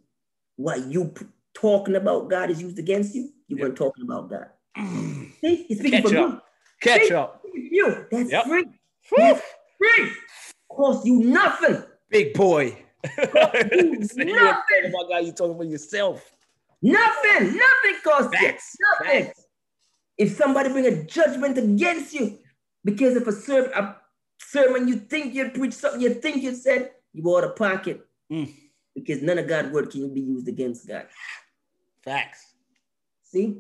Speaker 2: what you p- talking about God is used against you, you weren't talking about God.
Speaker 1: Mm.
Speaker 2: See, he's speaking
Speaker 1: Catch
Speaker 2: from
Speaker 1: up. Catch up.
Speaker 2: you. Speaking from you. That's
Speaker 1: Yep.
Speaker 2: free.
Speaker 1: Woo.
Speaker 2: That's free. Cost you nothing.
Speaker 1: Big boy. so you were
Speaker 2: nothing.
Speaker 1: talking about God, you talking about yourself.
Speaker 2: Nothing, nothing costs you.
Speaker 1: Facts,
Speaker 2: Nothing.
Speaker 1: facts.
Speaker 2: If somebody bring a judgment against you because of a sermon, a sermon you think you preached something you think you said, you out of pocket
Speaker 1: Mm.
Speaker 2: because none of God's word can be used against God.
Speaker 1: Facts.
Speaker 2: See,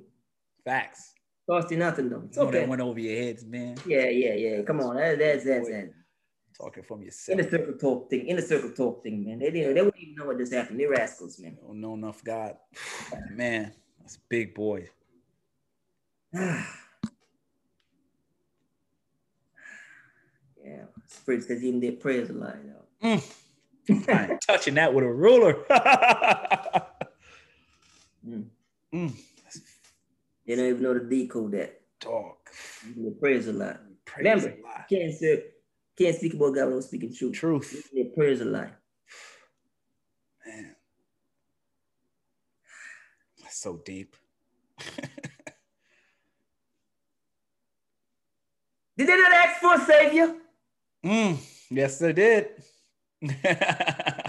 Speaker 1: Facts.
Speaker 2: cost you nothing though. It's
Speaker 1: You know that
Speaker 2: okay.
Speaker 1: went over your heads, man.
Speaker 2: Yeah, yeah, yeah. Come on, that, that's that's that.
Speaker 1: Talking from yourself.
Speaker 2: Inner circle talk thing. Inner circle talk thing, man. They didn't. They wouldn't even know what just happened. They're rascals, man.
Speaker 1: Don't know enough God. Man, that's big boy.
Speaker 2: yeah, Spirit says even their prayers are lying out.
Speaker 1: I ain't touching that with a ruler.
Speaker 2: Mm.
Speaker 1: Mm,
Speaker 2: They don't even know to decode that.
Speaker 1: dog.
Speaker 2: Even their prayers are lying.
Speaker 1: Praise
Speaker 2: Remember,
Speaker 1: Allah.
Speaker 2: can't say, can't speak about God without speaking truth.
Speaker 1: Truth,
Speaker 2: Even their prayers are lying.
Speaker 1: man. That's so deep.
Speaker 2: Did they not ask for a savior?
Speaker 1: Mm, yes, they did.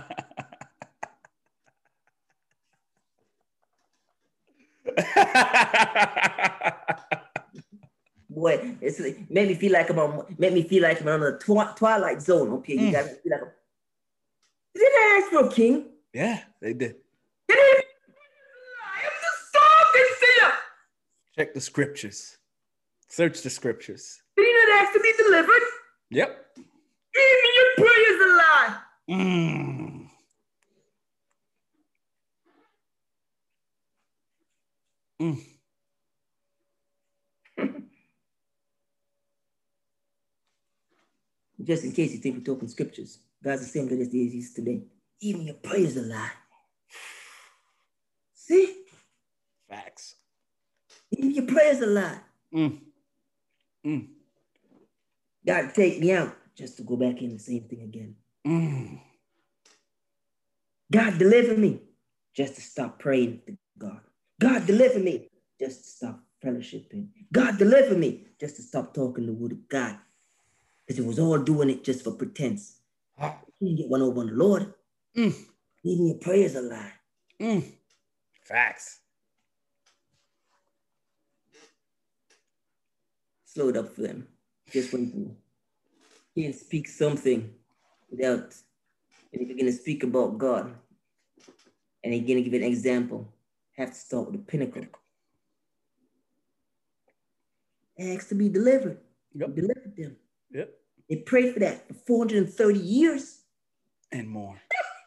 Speaker 2: Boy, it's like, made me feel like I'm on, made me feel like I'm on a twi- twilight zone up here. You
Speaker 1: Mm.
Speaker 2: got me feel like I'm, Did they not ask for a king?
Speaker 1: yeah, they did.
Speaker 2: Did they? I'm just talking to you.
Speaker 1: Check the scriptures. Search the scriptures.
Speaker 2: Did he not ask to be delivered?
Speaker 1: Yep.
Speaker 2: Even your prayers are lying.
Speaker 1: Mm. Mm.
Speaker 2: Just in case you think we're talking scriptures, God's the same God as He is today. Even your prayers are lie. See,
Speaker 1: Facts.
Speaker 2: even your prayers are lie.
Speaker 1: Mm. Mm.
Speaker 2: God take me out just to go back in the same thing again.
Speaker 1: Mm.
Speaker 2: God deliver me just to stop praying to God. God deliver me just to stop fellowshipping. God deliver me just to stop talking the word of God. Because it was all doing it just for pretense.
Speaker 1: Ah.
Speaker 2: You didn't get one over on the Lord.
Speaker 1: Mm.
Speaker 2: Even your prayers are lie.
Speaker 1: Mm. Facts.
Speaker 2: Slow it up for them. Just when you can speak something without, and you're going to speak about God, and you're going to give an example, have to start with the pinnacle. Ask to be delivered.
Speaker 1: Yep.
Speaker 2: Delivered them.
Speaker 1: Yep.
Speaker 2: They prayed for that for 430 years.
Speaker 1: And more.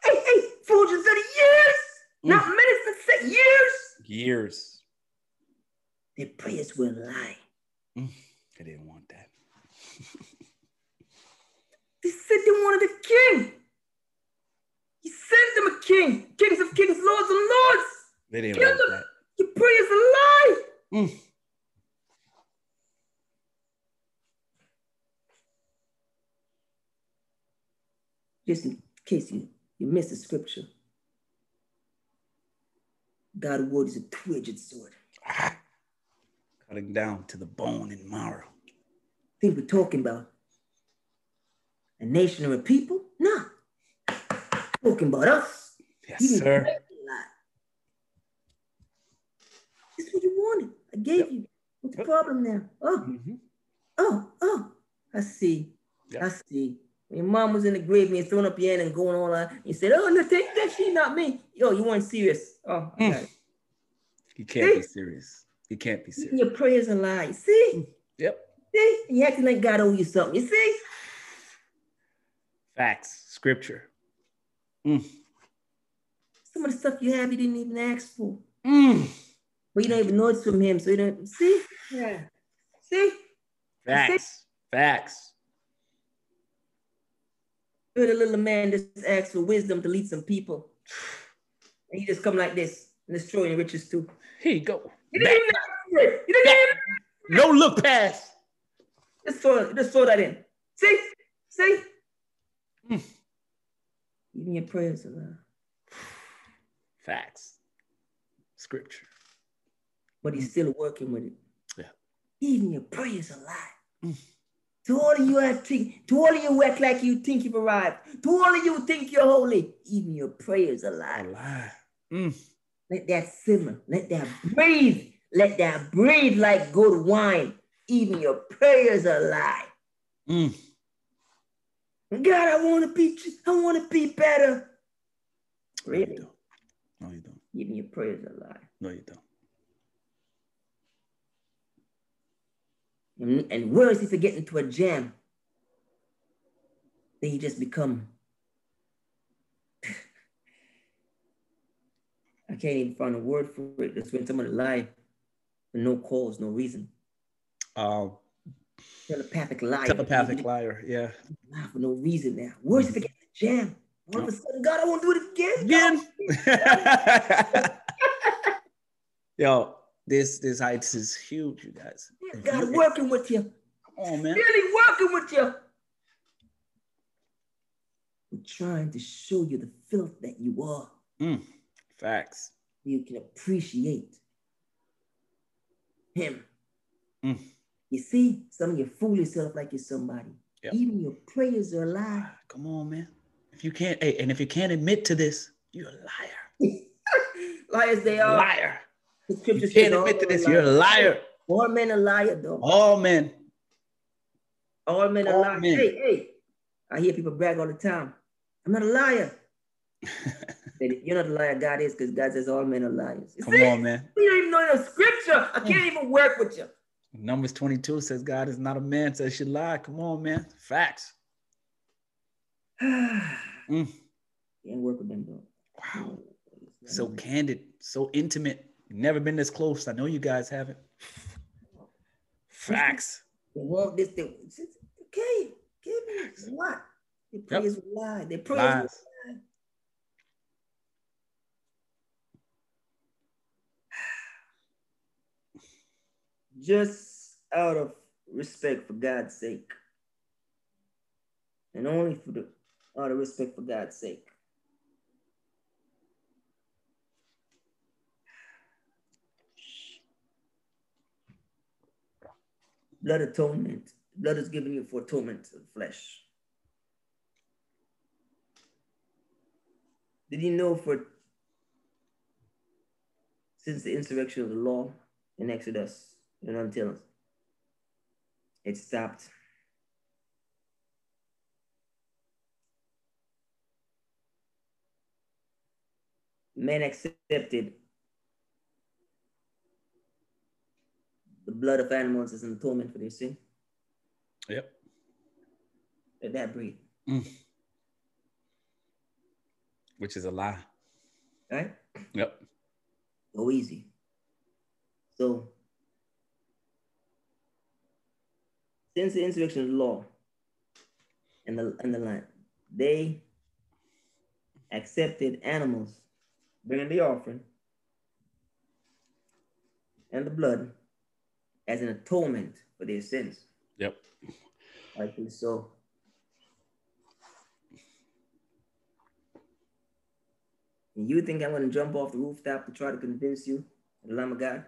Speaker 2: Hey, hey, 430 years! Not minutes, but six years!
Speaker 1: Years.
Speaker 2: Their prayers were a lie.
Speaker 1: They didn't want that.
Speaker 2: They said they wanted a king. He sent them a king. Kings of kings, lords of lords.
Speaker 1: They didn't
Speaker 2: Kill
Speaker 1: want
Speaker 2: them.
Speaker 1: that.
Speaker 2: Your prayers are lie.
Speaker 1: Mm.
Speaker 2: Just in case you, you missed the scripture. God's word is a two-edged sword.
Speaker 1: Ah. Cutting down to the bone and marrow.
Speaker 2: think we're talking about a nation or a people? No. Talking about us.
Speaker 1: Yes,
Speaker 2: You didn't
Speaker 1: sir.
Speaker 2: pray a lot. This is what you wanted. I gave
Speaker 1: Yep.
Speaker 2: you. What's the
Speaker 1: Yep.
Speaker 2: problem now? Oh,
Speaker 1: Mhm.
Speaker 2: oh, oh. I see.
Speaker 1: Yep.
Speaker 2: I see. When your mom was in the grave and you throwing up your hand and going all out, you said, Oh, no, take that. She not me. Yo, you weren't serious. Oh, I
Speaker 1: Mm.
Speaker 2: got it.
Speaker 1: You can't be
Speaker 2: See?
Speaker 1: serious. You can't be
Speaker 2: Even
Speaker 1: serious.
Speaker 2: your prayers are lies.
Speaker 1: Mm.
Speaker 2: See?
Speaker 1: Yep.
Speaker 2: See? And you acting like God owe you something. You see?
Speaker 1: Facts. Scripture.
Speaker 2: Some of the stuff you have you didn't even ask for.
Speaker 1: Mm.
Speaker 2: But you don't even know it's from him, so you don't see. Yeah. See,
Speaker 1: Facts. Facts.
Speaker 2: you're the little man that just asked for wisdom to lead some people, and you just come like this and destroy your riches too.
Speaker 1: Here you go.
Speaker 2: You
Speaker 1: Back.
Speaker 2: didn't even ask for it. You didn't even
Speaker 1: No look pass.
Speaker 2: just throw, just throw that in. See, see.
Speaker 1: Mm.
Speaker 2: Even your prayers uh, are loud.
Speaker 1: Facts. Scripture.
Speaker 2: but he's still working with it.
Speaker 1: Yeah.
Speaker 2: Even your prayers are lie.
Speaker 1: Mm.
Speaker 2: To all of you that think, to all of you who act like you think you've arrived, to all of you who think you're holy, even your prayers are lie.
Speaker 1: Alive. Mm.
Speaker 2: Let that simmer. Let that breathe. Let that breathe like good wine. Even your prayers are lie.
Speaker 1: Mm.
Speaker 2: God, I want to be. I want to be better.
Speaker 1: No, you
Speaker 2: Really?
Speaker 1: don't. No, you don't.
Speaker 2: Even your prayers are lie.
Speaker 1: No, you don't.
Speaker 2: And, and worse if you get into a jam, then you just become. I can't even find a word for it. That's when someone lie for no cause, no reason.
Speaker 1: Um,
Speaker 2: Telepathic lie.
Speaker 1: telepathic liar. Yeah.
Speaker 2: lie for no reason now. Worse
Speaker 1: Mm.
Speaker 2: if it gets the jam. All of a sudden, God, I won't do it again.
Speaker 1: Again. Yo, this this heights is huge, you guys.
Speaker 2: God,
Speaker 1: If
Speaker 2: God
Speaker 1: you-
Speaker 2: working with you.
Speaker 1: Come on, man.
Speaker 2: Really working with you. We're trying to show you the filth that you are.
Speaker 1: Mm. Facts.
Speaker 2: you can appreciate him.
Speaker 1: Mm.
Speaker 2: You see, some of you fool yourself like you're somebody.
Speaker 1: Yeah.
Speaker 2: Even your prayers are a lie.
Speaker 1: Come on, man. If you can't, hey, and if you can't admit to this, you're a liar.
Speaker 2: Liars they are.
Speaker 1: Liar.
Speaker 2: The
Speaker 1: You
Speaker 2: scripture says
Speaker 1: can't
Speaker 2: all
Speaker 1: admit to
Speaker 2: men are
Speaker 1: this. You're a liar. Oh,
Speaker 2: All men are liar, though.
Speaker 1: All men.
Speaker 2: All men are
Speaker 1: all
Speaker 2: liars.
Speaker 1: men.
Speaker 2: Hey, hey. I hear people brag all the time. I'm not a liar. Said, you're not a liar, God is, because God says all men are liars. You
Speaker 1: Come
Speaker 2: see?
Speaker 1: on, Mm. man.
Speaker 2: You don't even know no scripture. I can't even work with you.
Speaker 1: Numbers 22 says God is not a man, says she lie. Come on, man. Facts. Mm.
Speaker 2: Can't work with them, though. Mm.
Speaker 1: Wow. So candid, so intimate. Never been this close. I know you guys haven't. Facts.
Speaker 2: They want this thing. It's- it's- Okay, give me what? They pray is lie. They pray
Speaker 1: Lies.
Speaker 2: is just out of respect for God's sake, and only for the out of respect for God's sake. Blood atonement. Blood is given you for atonement of flesh. Did you know for since the insurrection of the law in Exodus and until it stopped? Men accepted the blood of animals as an atonement for their sin.
Speaker 1: Yep.
Speaker 2: Let that breathe,
Speaker 1: Which is a lie.
Speaker 2: right?
Speaker 1: Yep.
Speaker 2: go easy. So, since the insurrection of the law and the, and the land, they accepted animals bringing the offering and the blood as an atonement for their sins.
Speaker 1: Yep.
Speaker 2: I think so. And you think I'm gonna jump off the rooftop to try to convince you that I'm a God?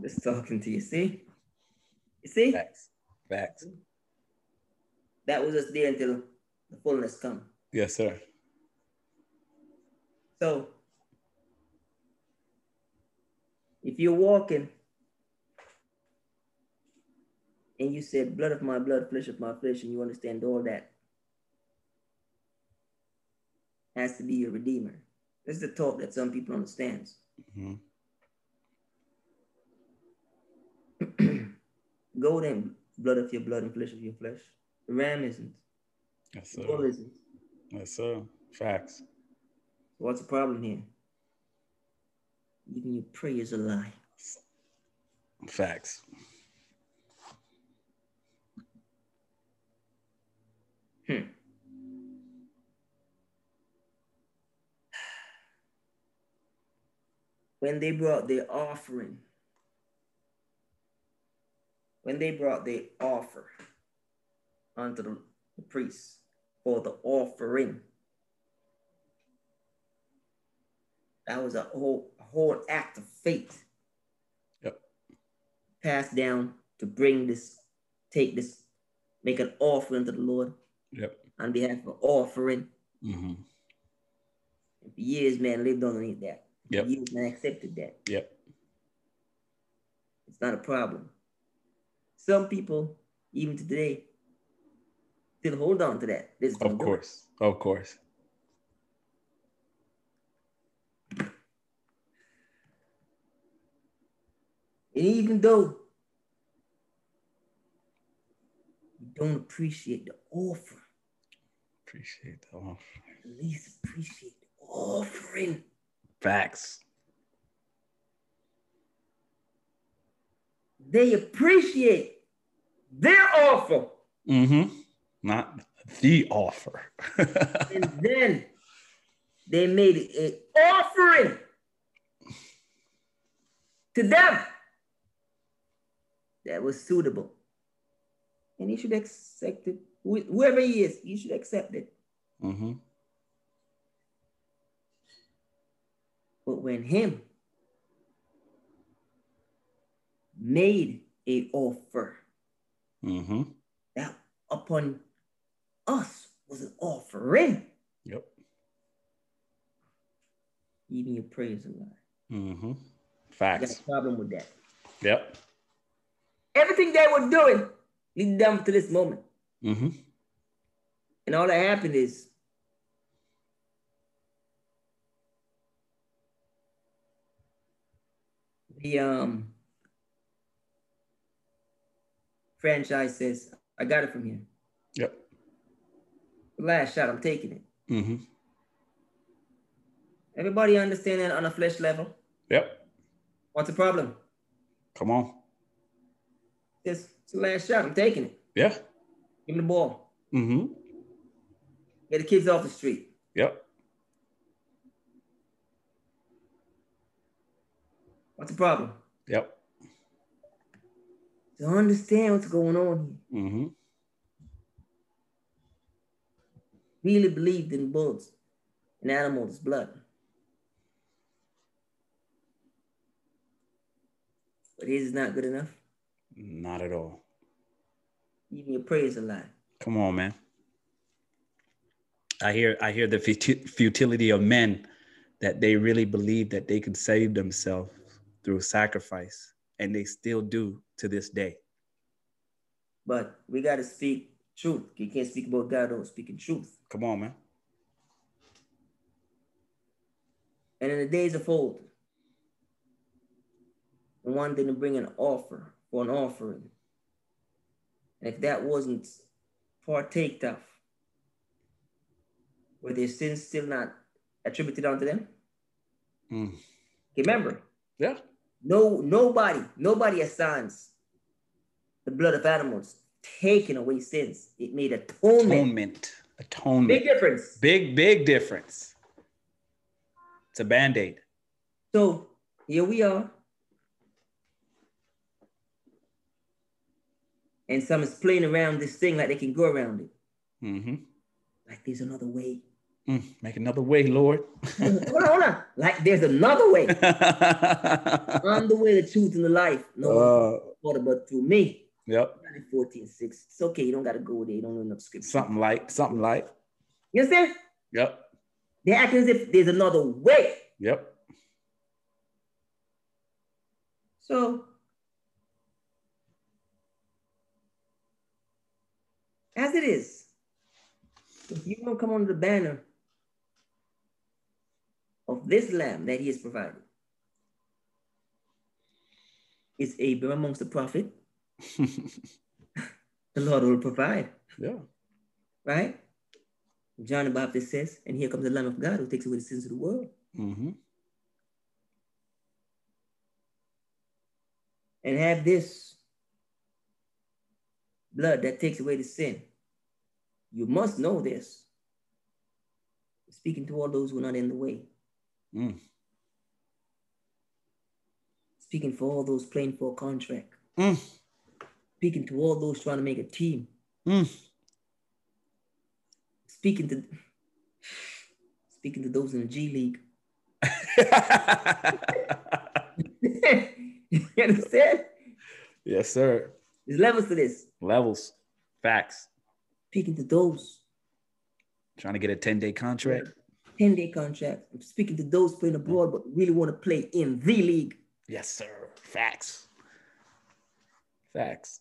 Speaker 2: Just talking to you. See? You see?
Speaker 1: Facts. Facts.
Speaker 2: That was just there until the fullness come.
Speaker 1: Yes, sir.
Speaker 2: So if you're walking and you said, blood of my blood, flesh of my flesh, and you understand all that has to be your redeemer. This is the talk that some people understands.
Speaker 1: Mhm.
Speaker 2: Go then, blood of your blood and flesh of your flesh. The ram isn't.
Speaker 1: Yes,
Speaker 2: The bull
Speaker 1: sir.
Speaker 2: isn't.
Speaker 1: Yes, sir. Facts.
Speaker 2: What's the problem here? Even your prayer is a lie.
Speaker 1: Facts.
Speaker 2: when they brought their offering, when they brought their offer unto the, the priest for the offering, that was a whole, a whole act of faith
Speaker 1: Yep.
Speaker 2: passed down to bring this, take this, make an offering to the Lord
Speaker 1: Yep.
Speaker 2: on behalf of an offering.
Speaker 1: hmm
Speaker 2: For years, man lived underneath that.
Speaker 1: Yep.
Speaker 2: Years, man accepted that.
Speaker 1: Yep.
Speaker 2: It's not a problem. Some people, even today, still hold on to that. This
Speaker 1: Of course. Of course.
Speaker 2: And even though you don't appreciate the offer,
Speaker 1: Appreciate the offer.
Speaker 2: at least appreciate the offering.
Speaker 1: Facts.
Speaker 2: They appreciate their offer.
Speaker 1: Mm-hmm. Not the offer.
Speaker 2: And then they made an offering to them that was suitable. And you should accept it. Wh- Whoever he is, you should accept it.
Speaker 1: mm-hmm.
Speaker 2: But when him made a offer,
Speaker 1: Mm-hmm.
Speaker 2: that upon us was an offering.
Speaker 1: Yep.
Speaker 2: Even your prayers are lying.
Speaker 1: Mm-hmm.
Speaker 2: I got
Speaker 1: Facts.
Speaker 2: a problem with that.
Speaker 1: Yep.
Speaker 2: Everything they were doing leading them to this moment.
Speaker 1: Mm-hmm.
Speaker 2: And all that happened is the um, franchise says, I got it from here.
Speaker 1: Yep.
Speaker 2: The last shot, I'm taking it.
Speaker 1: Mm-hmm.
Speaker 2: Everybody understand that on a flesh level?
Speaker 1: Yep.
Speaker 2: What's the problem?
Speaker 1: Come on.
Speaker 2: This it's the last shot. I'm taking it.
Speaker 1: Yeah.
Speaker 2: Give me the ball.
Speaker 1: Mm-hmm.
Speaker 2: Get the kids off the street.
Speaker 1: Yep.
Speaker 2: What's the problem?
Speaker 1: Yep.
Speaker 2: To understand what's going on
Speaker 1: Mm-hmm.
Speaker 2: here. Really believed in bullets and animals' blood. But his is not good enough.
Speaker 1: Not at all.
Speaker 2: Even your prayers are lying.
Speaker 1: Come on, man. I hear I hear the futi- futility of men that they really believe that they could save themselves through sacrifice, and they still do to this day.
Speaker 2: But we gotta speak truth. You can't speak about God without speaking truth.
Speaker 1: Come on, man.
Speaker 2: And in the days of old, the one didn't bring an offer or an offering. And if that wasn't partaked of, were their sins still not attributed unto them?
Speaker 1: Mm.
Speaker 2: Remember,
Speaker 1: Yeah.
Speaker 2: no nobody, nobody assigns the blood of animals taking away sins. It made atonement.
Speaker 1: Atonement. Atonement.
Speaker 2: Big difference.
Speaker 1: Big, big difference. It's a band aid.
Speaker 2: So here we are. And some is playing around this thing like they can go around it.
Speaker 1: Mm-hmm.
Speaker 2: Like there's another way.
Speaker 1: Mm, Make another way, Lord.
Speaker 2: hold on, hold on. Like there's another way.
Speaker 1: uh,
Speaker 2: I'm the way, the truth, and the life. No one thought about through me.
Speaker 1: yep.
Speaker 2: 14, 6. It's okay. You don't got to go there. You don't know enough scripture.
Speaker 1: Something like, something like.
Speaker 2: You understand?
Speaker 1: Yep.
Speaker 2: They're acting as if there's another way.
Speaker 1: Yep.
Speaker 2: So as it is, if you don't come under the banner of this lamb that he has provided, is Abram amongst the prophet, the Lord will provide,
Speaker 1: yeah.
Speaker 2: right? John the Baptist says, and here comes the Lamb of God who takes away the sins of the world.
Speaker 1: Mm-hmm.
Speaker 2: and have this blood that takes away the sin. You must know this. Speaking to all those who are not in the way,
Speaker 1: Mm.
Speaker 2: speaking for all those playing for a contract,
Speaker 1: Mm.
Speaker 2: speaking to all those trying to make a team,
Speaker 1: Mm.
Speaker 2: speaking to speaking to those in the G League. you understand?
Speaker 1: yes, sir.
Speaker 2: There's levels to this.
Speaker 1: Levels, facts.
Speaker 2: Speaking to those
Speaker 1: Trying to get a 10 day contract.
Speaker 2: 10 day contracts. I'm speaking to those playing abroad but really want to play in the league.
Speaker 1: Yes, sir. Facts. Facts.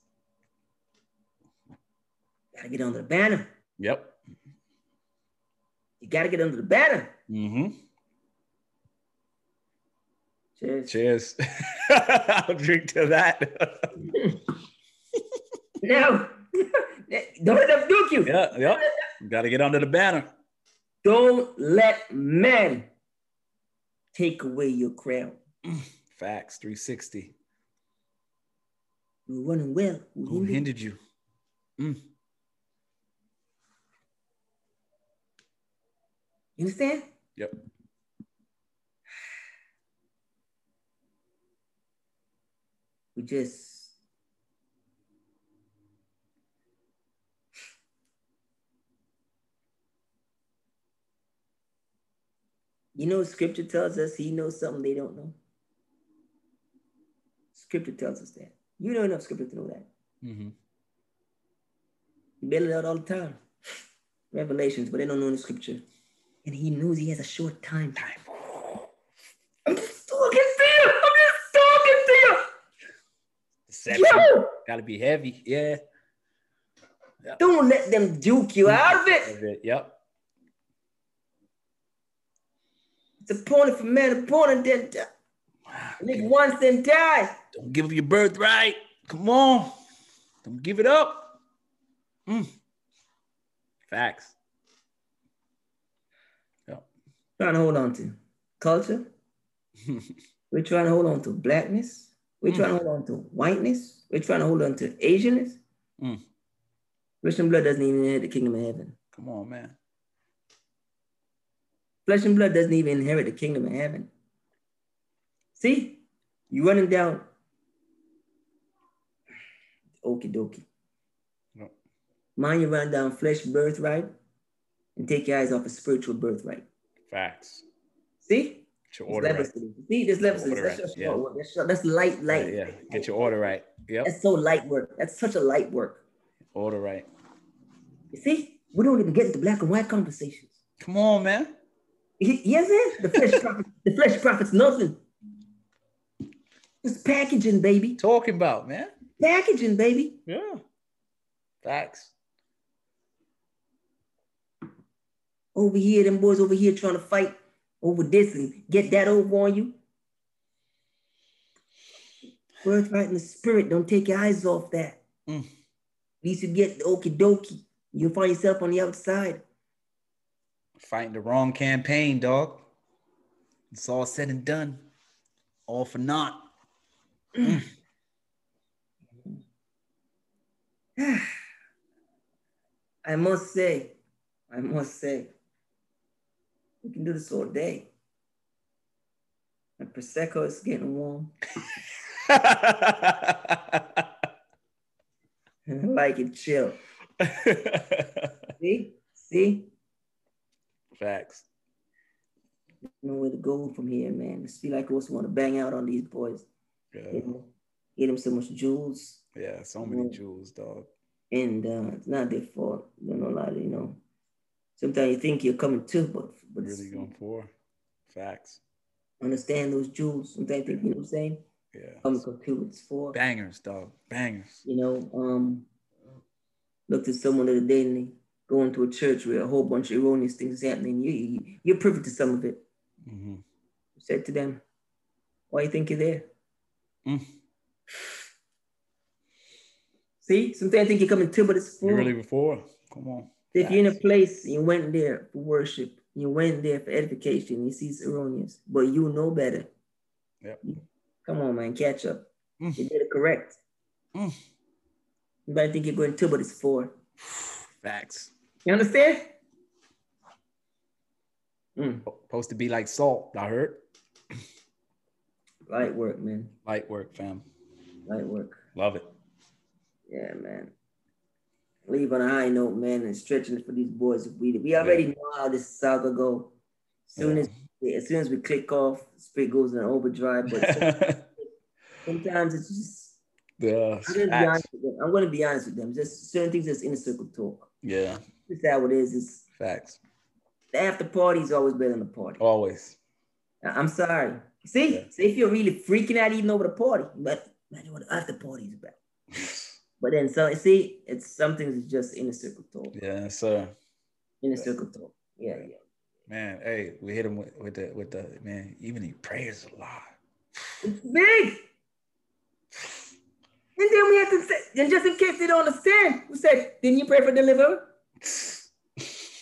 Speaker 2: Gotta get under the banner.
Speaker 1: Yep.
Speaker 2: You gotta get under the banner.
Speaker 1: Mm-hmm.
Speaker 2: Cheers.
Speaker 1: Cheers. I'll drink to that.
Speaker 2: No, don't let them duke you.
Speaker 1: yeah, yep. Got to get under the banner.
Speaker 2: Don't let men take away your crown.
Speaker 1: Facts 360.
Speaker 2: You're running well. Who
Speaker 1: Who
Speaker 2: hindered you?
Speaker 1: hindered you? Mm.
Speaker 2: You understand?
Speaker 1: Yep.
Speaker 2: We just You know, scripture tells us he knows something they don't know. Scripture tells us that. You know enough scripture to know that.
Speaker 1: Mm-hmm.
Speaker 2: You bail it out all the time. Revelations, but they don't know the scripture. And he knows he has a short time. Time. I'm just talking to you. I'm just talking to
Speaker 1: Deception.
Speaker 2: you. Yo,
Speaker 1: Got to be heavy. Yeah.
Speaker 2: don't let them duke you out of it.
Speaker 1: Of it. Yep.
Speaker 2: It's appointed for man, appointed then die. Live once then die.
Speaker 1: Don't give up your birthright. Come on. Don't give it up. Mm. Facts. Yep.
Speaker 2: Trying to hold on to culture, We're trying to hold on to blackness. We're
Speaker 1: Mm.
Speaker 2: trying to hold on to whiteness. We're trying to hold on to Asianness.
Speaker 1: Mm.
Speaker 2: Flesh and blood doesn't even inherit the kingdom of heaven.
Speaker 1: Come on, man.
Speaker 2: Flesh and blood doesn't even inherit the kingdom of heaven. See, you running down. Okie dokie.
Speaker 1: No.
Speaker 2: Mind you run down flesh birthright and take your eyes off of spiritual birthright.
Speaker 1: Facts.
Speaker 2: See?
Speaker 1: Get your
Speaker 2: This
Speaker 1: order
Speaker 2: levels
Speaker 1: right.
Speaker 2: to this. See, this levels to this.
Speaker 1: Order
Speaker 2: That's,
Speaker 1: right,
Speaker 2: just
Speaker 1: yeah.
Speaker 2: short work. that's, short- that's light,
Speaker 1: Yeah,
Speaker 2: light.
Speaker 1: yeah. Get your order right. Yep.
Speaker 2: That's so light work. That's such a light work.
Speaker 1: Order right.
Speaker 2: You see, we don't even get into black and white conversations.
Speaker 1: Come on, man.
Speaker 2: He- Yes, it. The flesh profit. The flesh profits nothing. It's packaging, baby.
Speaker 1: Talking about, man.
Speaker 2: Packaging, baby.
Speaker 1: Yeah. Facts.
Speaker 2: Over here, them boys over here trying to fight over this and get that over on you. Birthright in the spirit. Don't take your eyes off that.
Speaker 1: Mm.
Speaker 2: At least you get the okie dokie. You'll find yourself on the outside.
Speaker 1: Fighting the wrong campaign, dog. It's all said and done. All for naught.
Speaker 2: I must say, I must say, we can do this all day. My Prosecco is getting warm. I like it chill. See? See?
Speaker 1: Facts.
Speaker 2: Know where to go from here, man. Just feel like I also want to bang out on these boys.
Speaker 1: Yeah.
Speaker 2: You know? Get them so much jewels.
Speaker 1: Yeah. So many
Speaker 2: Mm.
Speaker 1: jewels, dog.
Speaker 2: And uh, it's not their fault. You know, like, you know. Sometimes you think you're coming to, but, but
Speaker 1: Really going for. Facts.
Speaker 2: understand those jewels. Sometimes you think, you know what I'm saying?
Speaker 1: Yeah.
Speaker 2: Come to what it's for.
Speaker 1: Bangers, dog. Bangers.
Speaker 2: you know, um, looked at someone the other day and they going to a church where a whole bunch of erroneous things happening. You, you you're privy to some of it.
Speaker 1: hmm
Speaker 2: said to them, "Why you think you're there?"
Speaker 1: Mm.
Speaker 2: See, sometimes I think you're coming to, but it's full.
Speaker 1: You really before? Come on.
Speaker 2: if you're in a
Speaker 1: Facts.
Speaker 2: place and you went there for worship, you went there for edification, you see it's erroneous, but you know better.
Speaker 1: Yep.
Speaker 2: Come on, man, catch up.
Speaker 1: Mm.
Speaker 2: You did it correct.
Speaker 1: Mm.
Speaker 2: But I think you're going to, but it's for.
Speaker 1: Facts.
Speaker 2: You understand? Mm,
Speaker 1: Supposed to be like salt. I heard.
Speaker 2: light work, man.
Speaker 1: Light work, fam.
Speaker 2: Light work.
Speaker 1: Love it.
Speaker 2: Yeah, man. Leave on a high note, man, and stretching it for these boys. We we already know how this saga go. Soon
Speaker 1: Yeah.
Speaker 2: as as soon as we click off, spirit goes in overdrive. But some- sometimes it's just
Speaker 1: yeah.
Speaker 2: I'm gonna, be
Speaker 1: uh, Facts.
Speaker 2: honest with them. I'm gonna be honest with them. Just certain things that's inner circle talk.
Speaker 1: Yeah.
Speaker 2: Just how it is. It's
Speaker 1: Facts.
Speaker 2: the after party is always better than the party.
Speaker 1: Always.
Speaker 2: I- I'm sorry. See,
Speaker 1: Yeah.
Speaker 2: so if you're really freaking out even over the party, but imagine what the after party is about. But then so see, it's something that's just inner circle talk.
Speaker 1: Yeah, sir.
Speaker 2: Inner
Speaker 1: Yeah.
Speaker 2: circle talk. Yeah, yeah.
Speaker 1: Man, hey, we hit him with, with the with the man. Even he prayers a lot.
Speaker 2: It's big. And then we have to say, and just in case they don't understand, we said, didn't you pray for deliverer?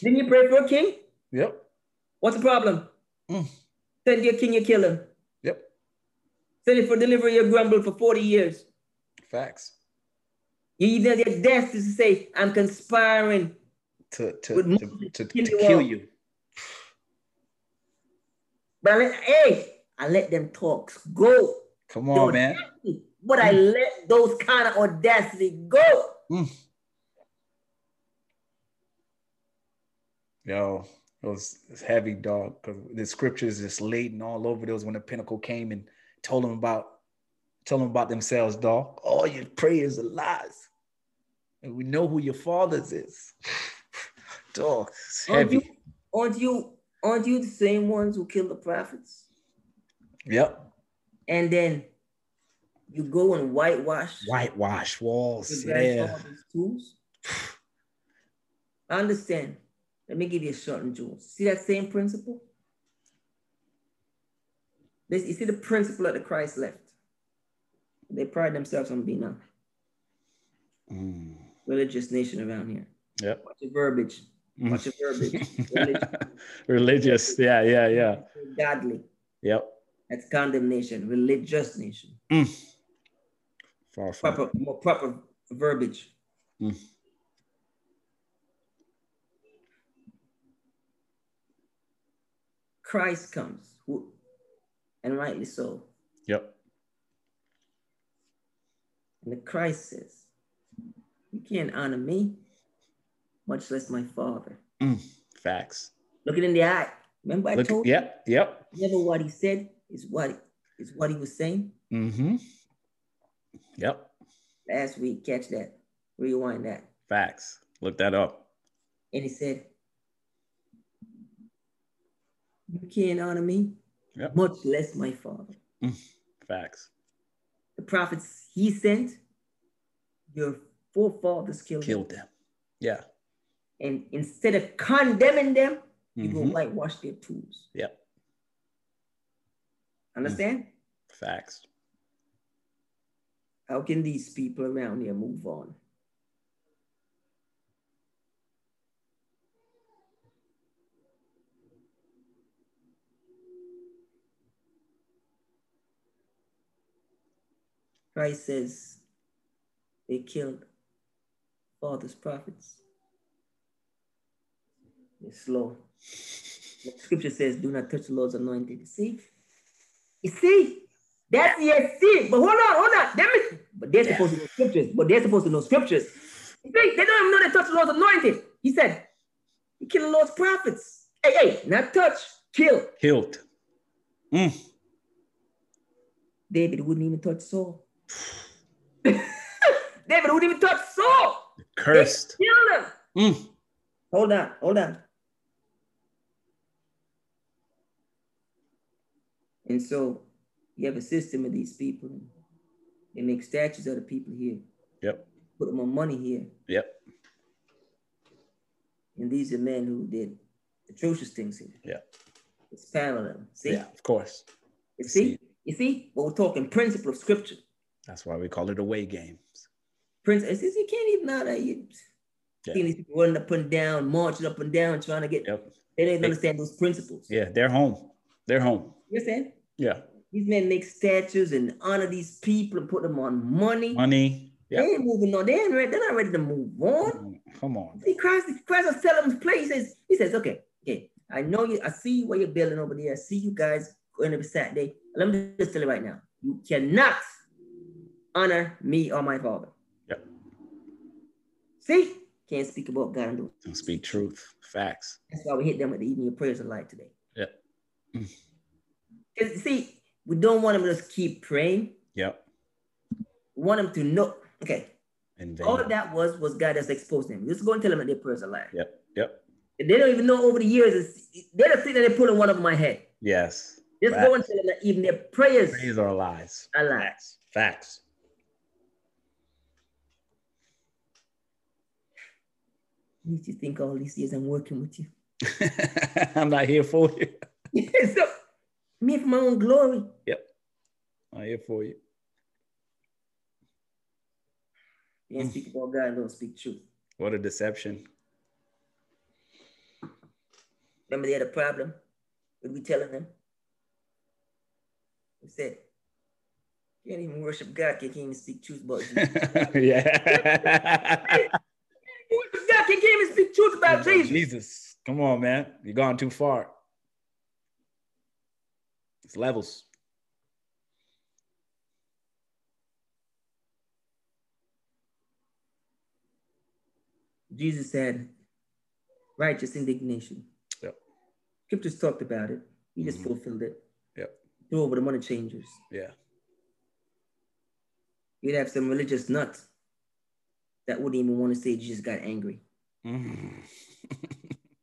Speaker 2: Didn't you pray for a king?
Speaker 1: Yep.
Speaker 2: What's the problem?
Speaker 1: Mm.
Speaker 2: Send your king, you kill him.
Speaker 1: Yep.
Speaker 2: Send it for delivery, you grumble for 40 years.
Speaker 1: Facts.
Speaker 2: You either your death is to say, I'm conspiring.
Speaker 1: To to
Speaker 2: With
Speaker 1: to,
Speaker 2: Moses
Speaker 1: to, to
Speaker 2: killing
Speaker 1: kill
Speaker 2: all.
Speaker 1: you.
Speaker 2: But I let, hey, I let them talks go.
Speaker 1: Come on,
Speaker 2: Dude.
Speaker 1: man.
Speaker 2: But I let those kind of audacity go.
Speaker 1: Yo, it was it's heavy, dog. Because the scriptures just laden all over those when the pinnacle came and told them about told them about themselves, dog. All your prayers are lies, and we know who your father's is, dog. It's
Speaker 2: Aren't you,
Speaker 1: heavy.
Speaker 2: aren't you, aren't you the same ones who killed the prophets?
Speaker 1: Yep.
Speaker 2: and then you go and whitewash
Speaker 1: Whitewash walls.
Speaker 2: your
Speaker 1: Yeah.
Speaker 2: grandfather's tools. I understand. Let me give you a shot and jewels. See that same principle? This, you see the principle that the Christ left. They pride themselves on being a
Speaker 1: Mm.
Speaker 2: religious nation around here.
Speaker 1: Yep.
Speaker 2: Watch your verbiage. Watch your verbiage. Religious,
Speaker 1: Religious. Yeah. Yeah. Yeah.
Speaker 2: godly.
Speaker 1: Yep.
Speaker 2: That's condemnation, religious nation.
Speaker 1: Far from.
Speaker 2: Proper, more proper verbiage.
Speaker 1: Mm.
Speaker 2: Christ comes, who, and rightly so.
Speaker 1: Yep.
Speaker 2: And the Christ says, You can't honor me, much less my father.
Speaker 1: Facts.
Speaker 2: Look it in the eye. Remember I
Speaker 1: Look.
Speaker 2: told
Speaker 1: Yep. Yep.
Speaker 2: you never what he said is what is what he was saying?
Speaker 1: Mm-hmm. Yep.
Speaker 2: Last week, catch that. Rewind that.
Speaker 1: Facts. Look that up.
Speaker 2: And he said, You can't honor me,
Speaker 1: Yep.
Speaker 2: much less my father.
Speaker 1: Facts.
Speaker 2: The prophets he sent, your forefathers killed, them.
Speaker 1: Killed them. Yeah.
Speaker 2: And instead of condemning them, you go
Speaker 1: Mhm.
Speaker 2: whitewash their tools.
Speaker 1: Yep.
Speaker 2: Understand?
Speaker 1: Facts.
Speaker 2: How can these people around here move on? Christ says they killed father's prophets. They're slow. The scripture says, do not touch the Lord's anointed. You see? You see? That's yes, see. But hold on, hold on. Them is- but they're
Speaker 1: Yeah.
Speaker 2: supposed to know scriptures. But they're supposed to know scriptures. You see, they don't even know they touch the Lord's anointed. He said, You kill the Lord's prophets. Hey, hey, not touch, kill.
Speaker 1: Killed. Mm.
Speaker 2: David wouldn't even touch Saul. David wouldn't even touch Saul.
Speaker 1: Cursed.
Speaker 2: Kill him.
Speaker 1: Mm.
Speaker 2: Hold on, hold on. And so you have a system of these people. They make statues of the people here,
Speaker 1: Yep.
Speaker 2: put them on money here.
Speaker 1: Yep.
Speaker 2: And these are men who did atrocious things here.
Speaker 1: Yeah.
Speaker 2: It's parallel. See?
Speaker 1: Yeah. Of course.
Speaker 2: You
Speaker 1: See.
Speaker 2: see? You see? But we're talking principle of scripture.
Speaker 1: That's why we call it away games.
Speaker 2: Prince, it says you can't even know that you
Speaker 1: Yeah.
Speaker 2: seeing these people running up and down, marching up and down, trying to get
Speaker 1: Yep.
Speaker 2: they didn't
Speaker 1: They-
Speaker 2: understand those principles.
Speaker 1: Yeah. They're home. They're home.
Speaker 2: You understand?
Speaker 1: Yeah.
Speaker 2: These men make statues and honor these people and put them on money.
Speaker 1: Money.
Speaker 2: They
Speaker 1: Yep. Mm-hmm.
Speaker 2: ain't moving on. They ain't ready. They're not ready to move on.
Speaker 1: Come on.
Speaker 2: See, Christ, Christ was telling them his place. He says, he says, okay, okay. I know you, I see what you're building over there. I see you guys going every Saturday. Let me just tell you right now. You cannot honor me or my father.
Speaker 1: Yep.
Speaker 2: See? Can't speak about God and those.
Speaker 1: Don't speak truth. Facts.
Speaker 2: That's why we hit them with the evening of prayers alive today.
Speaker 1: Yeah.
Speaker 2: 'Cause, See, we don't want them to just keep praying.
Speaker 1: Yep.
Speaker 2: We want them to know. Okay.
Speaker 1: And
Speaker 2: All of that was was God that's exposed them. Just go and tell them that their prayers are lying.
Speaker 1: Yep. Yep.
Speaker 2: And They don't even know over the years. It's, they're the thing that they put in one over my head.
Speaker 1: Yes.
Speaker 2: Just go and tell them that even their prayers
Speaker 1: Praise our lies.
Speaker 2: are lying.
Speaker 1: Facts. Facts.
Speaker 2: Need you think all these years I'm working with you.
Speaker 1: I'm not here for you.
Speaker 2: so, me for my own glory.
Speaker 1: I'm here for you.
Speaker 2: You don't speak about God, don't speak truth.
Speaker 1: What a deception.
Speaker 2: Remember they had a problem? What we telling them? We said, you can't even worship God, you can't even speak truth about Jesus.
Speaker 1: yeah.
Speaker 2: worship God, you can't even speak truth about Jesus.
Speaker 1: Jesus. Come on, man. You've gone too far. It's levels.
Speaker 2: Jesus had righteous indignation.
Speaker 1: Yep.
Speaker 2: Scriptures talked about it. He just
Speaker 1: Mhm.
Speaker 2: fulfilled it.
Speaker 1: Yep.
Speaker 2: Threw over the money changers.
Speaker 1: Yeah.
Speaker 2: You'd have some religious nuts that wouldn't even want to say Jesus got angry.
Speaker 1: Mm.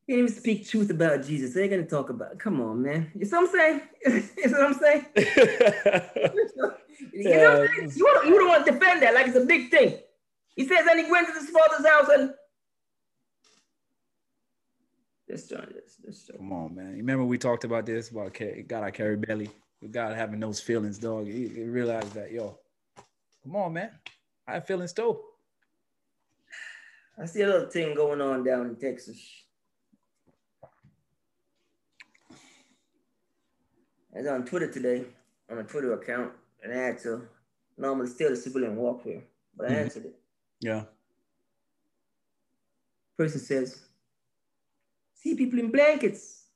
Speaker 2: You can't even speak truth about Jesus. They're gonna talk about. Come on, man. You know what I'm saying? you know what I'm saying? you know what I'm saying? You don't, you don't want to defend that like it's a big thing. He says, and he went to his father's house and. Let's join this. Let's join.
Speaker 1: Come on, man. You remember we talked about this about K- God, I carry belly. God having those feelings, dog. You, you realize that, yo. Come on, man. I have feelings too.
Speaker 2: I see a little thing going on down in Texas. I was on Twitter today. on a Twitter account and I had to normally steal the civilian warfare, but I
Speaker 1: Mhm.
Speaker 2: answered it.
Speaker 1: Yeah.
Speaker 2: Person says, see people in blankets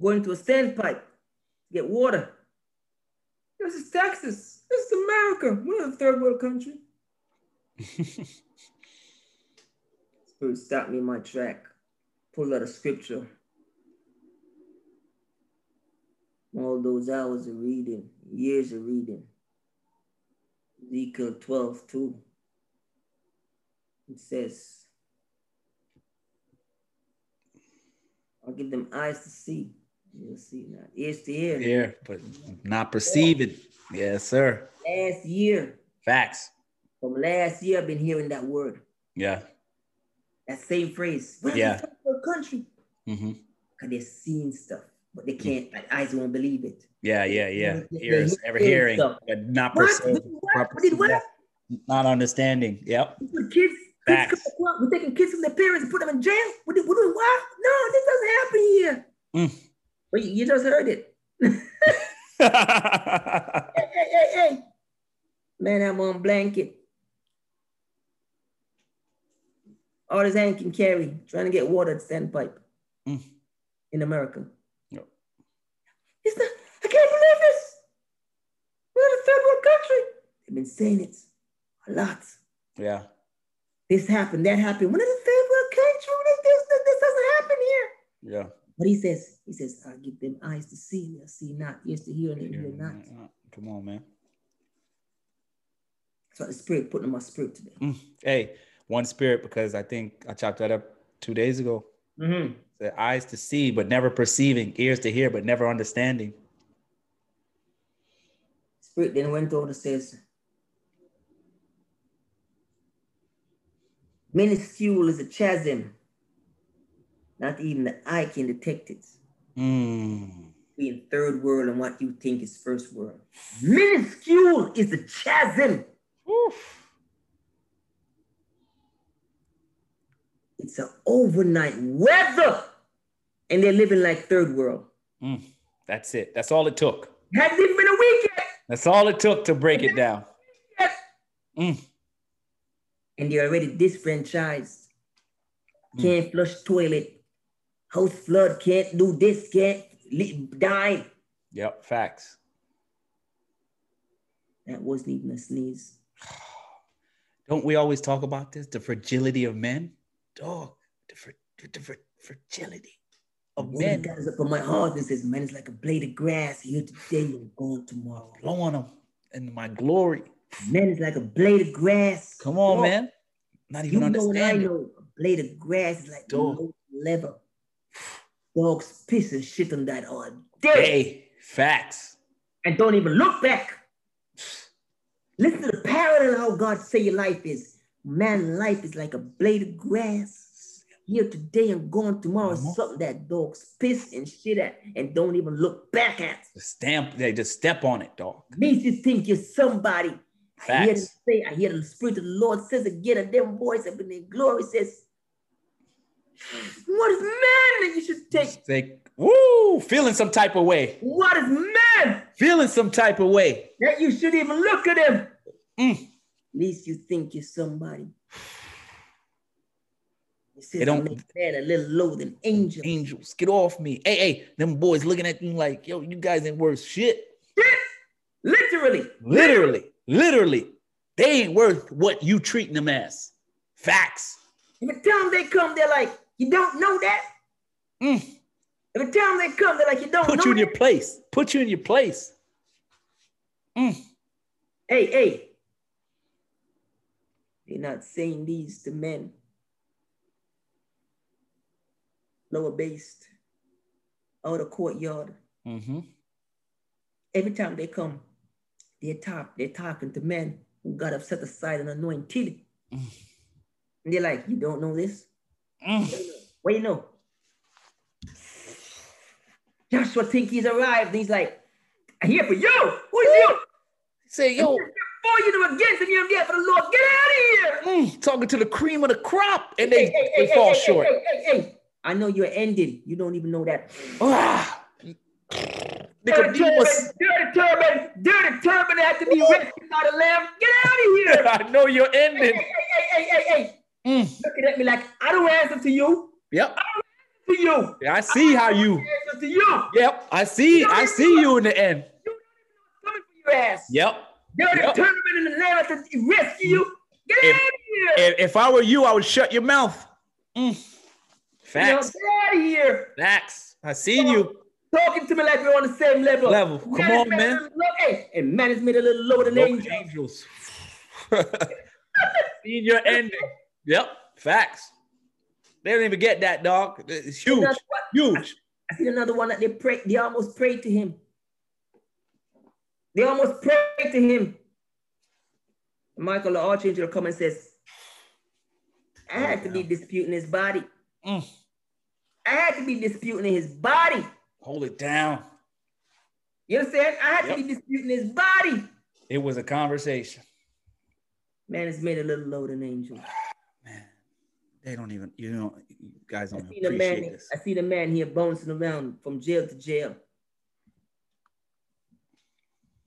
Speaker 2: going to a standpipe to get water. This is Texas. This is America. We're not a third world country. Spirit stopped me in my track, pulled out a scripture. All those hours of reading, years of reading. Ezekiel 12, 2. It says, I'll give them eyes to see. You'll see now. Ears to hear.
Speaker 1: Yeah, but not perceiving. Yes, sir.
Speaker 2: Last year,
Speaker 1: Facts.
Speaker 2: from last year, I've been hearing that word,
Speaker 1: Yeah.
Speaker 2: that same phrase. We're not a
Speaker 1: Yeah.
Speaker 2: third world country.
Speaker 1: hmm
Speaker 2: because they're seeing stuff, but they
Speaker 1: Mm.
Speaker 2: can't. Like, eyes won't believe it.
Speaker 1: Yeah, yeah, yeah.
Speaker 2: Yeah,
Speaker 1: Ears,
Speaker 2: yeah,
Speaker 1: ever
Speaker 2: yeah,
Speaker 1: hearing,
Speaker 2: so-
Speaker 1: but not
Speaker 2: What?
Speaker 1: perceiving.
Speaker 2: What? What did what?
Speaker 1: Not understanding. Yep.
Speaker 2: With kids, kids
Speaker 1: Facts.
Speaker 2: come up, we're taking kids from their parents and put them in jail. We're doing, we're doing what? No, this doesn't happen here.
Speaker 1: Mm.
Speaker 2: But you, you just heard it. Hey, hey, hey, hey. Man, I'm on blanket. All this hand can carry, trying to get water at standpipe
Speaker 1: Mm.
Speaker 2: in America.
Speaker 1: Yep.
Speaker 2: It's not, I can't believe this. We're in a third world country. They've been saying it a lot.
Speaker 1: yeah.
Speaker 2: This happened, that happened. We're in a third world country. This, this, this, this doesn't happen here.
Speaker 1: Yeah.
Speaker 2: But he says, he says, I'll give them eyes to see and they'll see not, ears to hear and they'll hear not.
Speaker 1: Come on, man.
Speaker 2: That's what the spirit put in my spirit today.
Speaker 1: Mm. Hey, one spirit because I think I chopped that up two days ago.
Speaker 2: Mm-hmm.
Speaker 1: The eyes to see, but never perceiving, ears to hear, but never understanding.
Speaker 2: Spirit then went on and says, Minuscule is a chasm. Not even the eye can detect it.
Speaker 1: Mm.
Speaker 2: Between third world and what you think is first world. Minuscule is a chasm. It's an overnight weather. And they're living like third world.
Speaker 1: Mm. That's it. That's all it took.
Speaker 2: Hasn't even been a week yet.
Speaker 1: That's all it took to break it down.
Speaker 2: and they're already disfranchised.
Speaker 1: Hmm.
Speaker 2: Can't flush toilet, house flood, can't do this, can't li- die.
Speaker 1: Yep. Facts.
Speaker 2: That wasn't even a sneeze.
Speaker 1: Don't we always talk about this? The fragility of men? Dog, the, fra- the fra- fragility of
Speaker 2: One
Speaker 1: men.
Speaker 2: got up on my heart and says, "Man, it's like a blade of grass here today and gone tomorrow.
Speaker 1: Blow on them in my glory.
Speaker 2: Man, it's like a blade of grass.
Speaker 1: Come on,
Speaker 2: Dog,
Speaker 1: man. Not
Speaker 2: You
Speaker 1: even
Speaker 2: know what I
Speaker 1: understanding.
Speaker 2: know? A blade of grass is like
Speaker 1: Dog.
Speaker 2: low level. Dogs piss and shit on that all day.
Speaker 1: Hey, facts.
Speaker 2: and don't even look back. Listen to the parallel how God say your life is. Man, life is like a blade of grass. Here today and gone tomorrow.
Speaker 1: Mhm.
Speaker 2: Something that dogs piss and shit at and don't even look back at.
Speaker 1: The stamp, they just step on it, dog.
Speaker 2: Makes you think you're somebody. I hear them
Speaker 1: Facts.
Speaker 2: say, I hear the spirit of the Lord says again, and them voice up in their glory says, What is man that you should take?
Speaker 1: They, woo, feeling some type of way.
Speaker 2: What is man
Speaker 1: Feeling some type of way.
Speaker 2: that you should even look at him?
Speaker 1: Mm.
Speaker 2: least you think you're somebody. It says
Speaker 1: They don't- Mm.
Speaker 2: don't man a little lower than angel.
Speaker 1: Angels, get off me. Hey, hey, them boys looking at you like, yo, you guys ain't worth shit.
Speaker 2: Literally,
Speaker 1: Literally, literally, they ain't worth what you treating them as. Facts.
Speaker 2: every time they come, they're like, you don't know that.
Speaker 1: Mm.
Speaker 2: Every time they come, they're like, you don't
Speaker 1: Put
Speaker 2: know.
Speaker 1: you in
Speaker 2: that.
Speaker 1: your place. Put you in your place.
Speaker 2: Hey, hey. They're not saying these to men. Lower based, out of courtyard.
Speaker 1: Mm-hmm.
Speaker 2: Every time they come, they're talk, they're talking to men who God have set aside and anointed.
Speaker 1: Mm.
Speaker 2: And they're like, you don't know this?
Speaker 1: Mm.
Speaker 2: What do you know? Joshua think he's arrived. And he's like, I'm here for you. Who is you?
Speaker 1: Say,
Speaker 2: I'm
Speaker 1: yo,
Speaker 2: here For you to against and you're there for the Lord. Get out of here.
Speaker 1: mm, talking to the cream of the crop, and they,
Speaker 2: Hey, hey,
Speaker 1: they
Speaker 2: hey,
Speaker 1: fall
Speaker 2: hey, hey,
Speaker 1: short.
Speaker 2: hey, hey, hey, hey. I know you're ending. You don't even know that.
Speaker 1: Ah.
Speaker 2: Dirty turban,
Speaker 1: Nicodemus,
Speaker 2: dirty turban, dirty turban that had to be rescued by the lamb. Get out of here.
Speaker 1: I know you're
Speaker 2: hey,
Speaker 1: ending.
Speaker 2: hey, hey, hey, hey, hey.
Speaker 1: Mm.
Speaker 2: Looking at me like, I don't answer to you.
Speaker 1: Yep.
Speaker 2: To you.
Speaker 1: I see how you.
Speaker 2: Answer to you. Coming
Speaker 1: Yep. I see. I see you in the end.
Speaker 2: for your ass.
Speaker 1: Yep.
Speaker 2: Dirty
Speaker 1: Yep.
Speaker 2: turban in the lamb to rescue you. Get
Speaker 1: If-
Speaker 2: out of here.
Speaker 1: If, if I were you, I would shut your mouth. Mm.
Speaker 2: You know,
Speaker 1: Facts.
Speaker 2: get out of here.
Speaker 1: Facts. I seen you.
Speaker 2: Talking to me like we're on the same level.
Speaker 1: Level. Come on,
Speaker 2: Management
Speaker 1: man.
Speaker 2: a little Low, hey, and management a little lower than
Speaker 1: Lord
Speaker 2: angels.
Speaker 1: Angels. seen your ending. Yep. Facts. They don't even get that, dog. It's huge.
Speaker 2: That's what-
Speaker 1: Huge.
Speaker 2: I see another one that they pray. They almost prayed to him. They almost prayed to him. Michael, the archangel, come and says, "I had to be disputing his body.
Speaker 1: Mm.
Speaker 2: I had to be disputing his body.
Speaker 1: Hold it down.
Speaker 2: You understand? I had
Speaker 1: Yep.
Speaker 2: to be disputing his body."
Speaker 1: It was a conversation.
Speaker 2: Man, it's made a little lower than angel.
Speaker 1: Man, they don't even, you know, you guys don't
Speaker 2: I see the man.
Speaker 1: appreciate this.
Speaker 2: I see the man here bouncing around from jail to jail.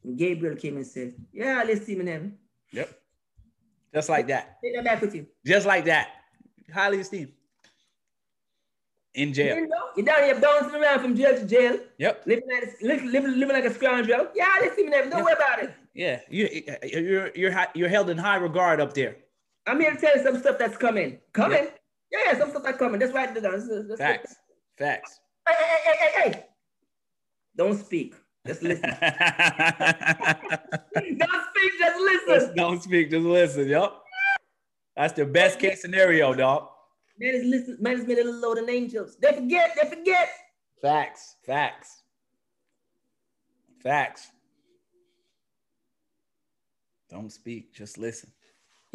Speaker 2: And Gabriel came and said, "Yeah, let's see him in heaven.
Speaker 1: Yep. Just like that.
Speaker 2: Take that back with you."
Speaker 1: Just like that. Highly esteemed. In jail.
Speaker 2: You know, you're down here bouncing around from jail to jail,
Speaker 1: Yep.
Speaker 2: living like a, living, living, living like a scoundrel. Yeah, let's see me never. Don't worry about it.
Speaker 1: Yeah. You, you're you're hi- you're held in high regard up there.
Speaker 2: I'm here to tell you some stuff that's coming. Coming? Yeah, yeah some stuff that's coming. That's right. That's, that's,
Speaker 1: Facts. Facts.
Speaker 2: Hey, hey, hey, hey, hey, hey. Don't speak. Just listen.
Speaker 1: Just
Speaker 2: don't speak. Just listen.
Speaker 1: don't speak. Just listen. Yep. That's the best case scenario, dog.
Speaker 2: Man is listen. Man is made a little load of angels. They forget. They forget.
Speaker 1: Facts. Facts. Facts. Don't speak. Just listen.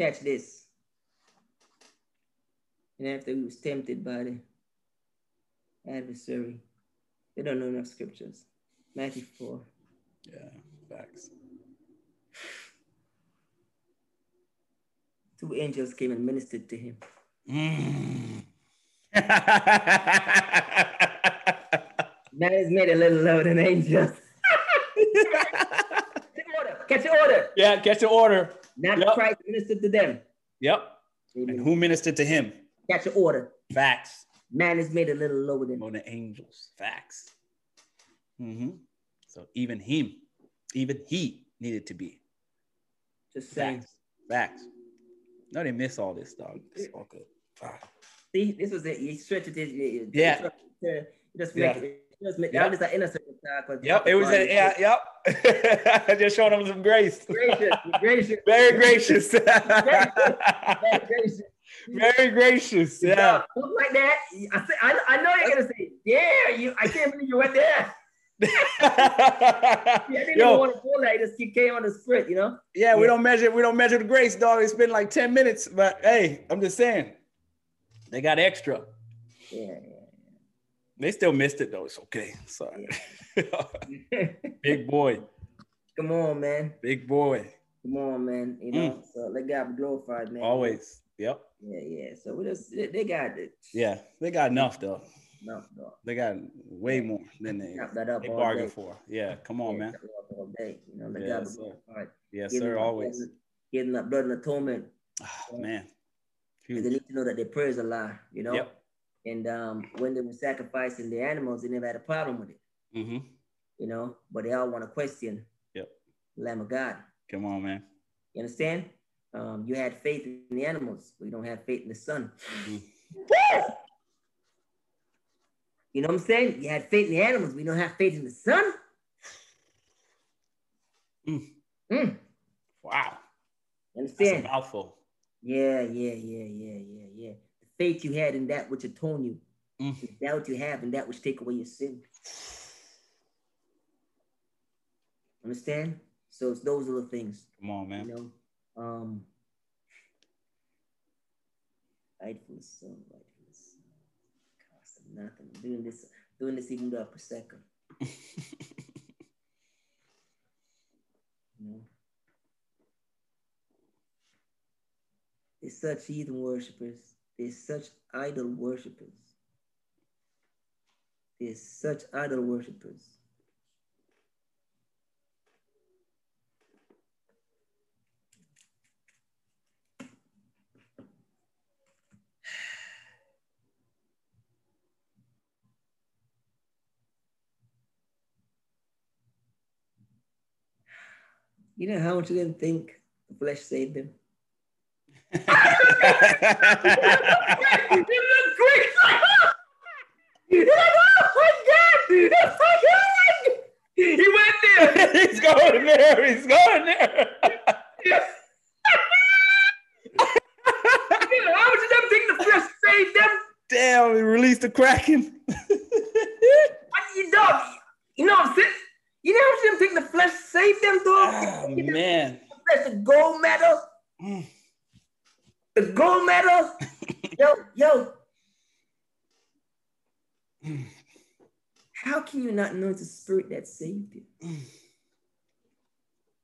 Speaker 2: Catch this. And after he was tempted by the adversary, they don't know enough scriptures. Matthew 4.
Speaker 1: Yeah. Facts.
Speaker 2: Two angels came and ministered to him.
Speaker 1: Mm.
Speaker 2: Man is made a little lower than angels. Catch the order. Catch the order.
Speaker 1: yeah. Catch the order.
Speaker 2: Not
Speaker 1: Yep.
Speaker 2: Christ ministered to them.
Speaker 1: Yep. And who ministered to him?
Speaker 2: Catch the order.
Speaker 1: Facts.
Speaker 2: Man is made a little lower than
Speaker 1: More than angels. Facts. hmm So even him, even he needed to be.
Speaker 2: just saying.
Speaker 1: Facts. Facts. No, they miss all this, dog. It's all good. Ah.
Speaker 2: See, this was it. He stretched it. it- it-
Speaker 1: Yeah.
Speaker 2: it Just make
Speaker 1: Yeah.
Speaker 2: it. Just make,
Speaker 1: Yep.
Speaker 2: That was an innocent attack. but-
Speaker 1: Yep. It was a, yeah, yep. Just showing them some grace.
Speaker 2: Gracious, gracious,
Speaker 1: Very gracious.
Speaker 2: very gracious.
Speaker 1: Very gracious. Yeah.
Speaker 2: Yeah. Look like that. I, say, I, I know you're gonna say, yeah, you. I can't believe you went there. Yeah, I didn't even
Speaker 1: Yo,
Speaker 2: want to pull that. I just you came on the sprint, you know.
Speaker 1: yeah, we don't measure, we don't measure the grace, dog. It's been like 10 minutes, but hey, I'm just saying. They got extra.
Speaker 2: Yeah.
Speaker 1: They still missed it though. It's okay. Sorry.
Speaker 2: yeah.
Speaker 1: big boy.
Speaker 2: Come on, man.
Speaker 1: Big boy.
Speaker 2: Come on, man. You know, so let God be glorified, man.
Speaker 1: Mm. Always. Yep.
Speaker 2: Yeah, yeah. So we just they, they got it.
Speaker 1: Yeah. They got enough though.
Speaker 2: No, no.
Speaker 1: They got way more than they,
Speaker 2: Chop that up
Speaker 1: they
Speaker 2: all
Speaker 1: bargained
Speaker 2: day.
Speaker 1: for. Yeah. Come on,
Speaker 2: Yeah,
Speaker 1: man.
Speaker 2: chop it up all day. You know, let God
Speaker 1: Yes,
Speaker 2: be
Speaker 1: sir.
Speaker 2: glorified.
Speaker 1: Yes,
Speaker 2: Giving
Speaker 1: sir.
Speaker 2: up
Speaker 1: Always.
Speaker 2: blood- Giving up blood and atonement.
Speaker 1: Ah, man.
Speaker 2: And they
Speaker 1: Huge.
Speaker 2: need to know that their prayers are alive, you know.
Speaker 1: Yep.
Speaker 2: And um, when they were sacrificing the animals, they never had a problem with it,
Speaker 1: hmm
Speaker 2: you know. But they all want to question
Speaker 1: Yep.
Speaker 2: Lamb of God.
Speaker 1: Come on, man.
Speaker 2: You understand? Um, you had faith in the animals, but you don't have faith in the son.
Speaker 1: Mhm.
Speaker 2: You know what I'm saying? You had faith in the animals, we don't have faith in the son.
Speaker 1: Mm.
Speaker 2: Mm.
Speaker 1: Wow.
Speaker 2: You
Speaker 1: That's
Speaker 2: understand?
Speaker 1: a mouthful.
Speaker 2: Yeah, yeah, yeah, yeah, yeah, yeah. The faith you had in that which atone you,
Speaker 1: Mm.
Speaker 2: the doubt you have in that which take away your sin. Understand? So it's those little things,
Speaker 1: Come on, man.
Speaker 2: you know. Um, rightfully so, rightfully so. Cost of nothing. Doing this, doing this even though per second. You know? There's such heathen worshippers. There's such idol worshippers. There's such idol worshippers. You know how much you didn't think the flesh saved him?
Speaker 1: That's
Speaker 2: He went there.
Speaker 1: he's going there. He's going there.
Speaker 2: How much you didn't think the flesh saved them?
Speaker 1: Damn, he released the Kraken.
Speaker 2: What you dog? You know what I'm saying? You know how much you didn't think the flesh saved them, dog?
Speaker 1: oh,
Speaker 2: You know,
Speaker 1: man.
Speaker 2: That's the gold medal.
Speaker 1: Mm.
Speaker 2: The gold medal. yo, yo.
Speaker 1: Mm.
Speaker 2: How can you not know it's the spirit that saved you?
Speaker 1: Mm.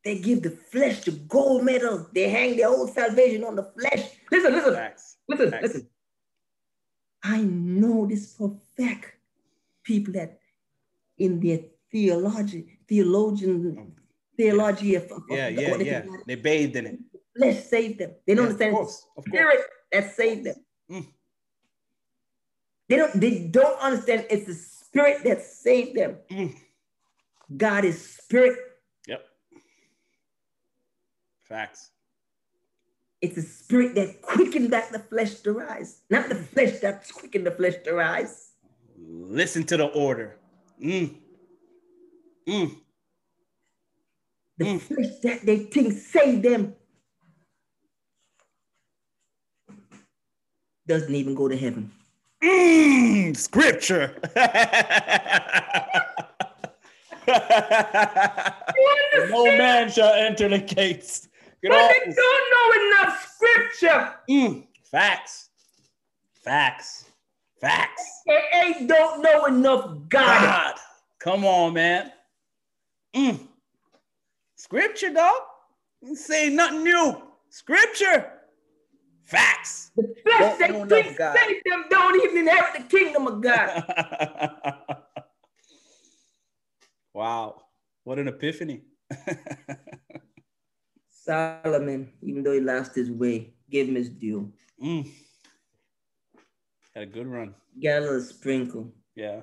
Speaker 2: They give the flesh the gold medal. They hang their whole salvation on the flesh. Listen, listen,
Speaker 1: Facts.
Speaker 2: listen,
Speaker 1: Facts.
Speaker 2: listen. I know this for a fact. People that in their theology, theologian, theology of, of- of
Speaker 1: Yeah,
Speaker 2: the-
Speaker 1: yeah,
Speaker 2: what they
Speaker 1: yeah.
Speaker 2: call it,
Speaker 1: They bathed in it.
Speaker 2: flesh saved them. They don't
Speaker 1: Yeah,
Speaker 2: understand
Speaker 1: Of
Speaker 2: it's
Speaker 1: course. Of
Speaker 2: the
Speaker 1: course.
Speaker 2: spirit that saved them.
Speaker 1: Mm.
Speaker 2: They don't they don't understand it's the spirit that saved them.
Speaker 1: Mm.
Speaker 2: God is spirit.
Speaker 1: Yep. Facts.
Speaker 2: It's the spirit that quickened back the flesh to rise, not the flesh that quickened the flesh to rise.
Speaker 1: Listen to the order. Mm. Mm.
Speaker 2: The
Speaker 1: Mm.
Speaker 2: flesh that they think saved them doesn't even go to heaven.
Speaker 1: Mm, scripture. no man shall enter the gates. Get
Speaker 2: But
Speaker 1: off
Speaker 2: they
Speaker 1: this-
Speaker 2: don't know enough scripture.
Speaker 1: Mm, facts. Facts. Facts.
Speaker 2: They ain't don't know enough God.
Speaker 1: God. Come on, man. Mm. Scripture, dog. You Say nothing new. Scripture. Facts.
Speaker 2: The flesh
Speaker 1: Don't
Speaker 2: they
Speaker 1: know enough
Speaker 2: think
Speaker 1: God.
Speaker 2: saved them don't even inherit the kingdom of God.
Speaker 1: wow. What an epiphany.
Speaker 2: Solomon, even though he lost his way, give him his due.
Speaker 1: Mm. Had a good run.
Speaker 2: Got a little sprinkle.
Speaker 1: Yeah.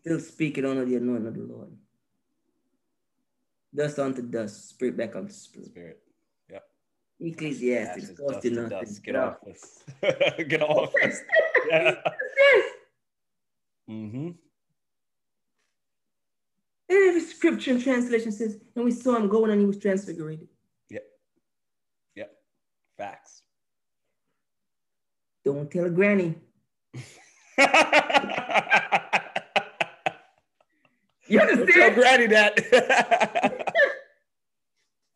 Speaker 2: Still speaking under the anointing of the Lord. Dust unto dust, spirit back unto spirit.
Speaker 1: Spirit.
Speaker 2: Ecclesiastes,
Speaker 1: Ashes,
Speaker 2: cost
Speaker 1: dust
Speaker 2: you
Speaker 1: to
Speaker 2: nothing.
Speaker 1: dust. Get off us. Get off us. hmm
Speaker 2: And every scripture and translation says, and we saw him going and he was transfigured.
Speaker 1: Yep. Facts.
Speaker 2: Don't tell granny. You
Speaker 1: Don't tell
Speaker 2: understand?
Speaker 1: Granny that.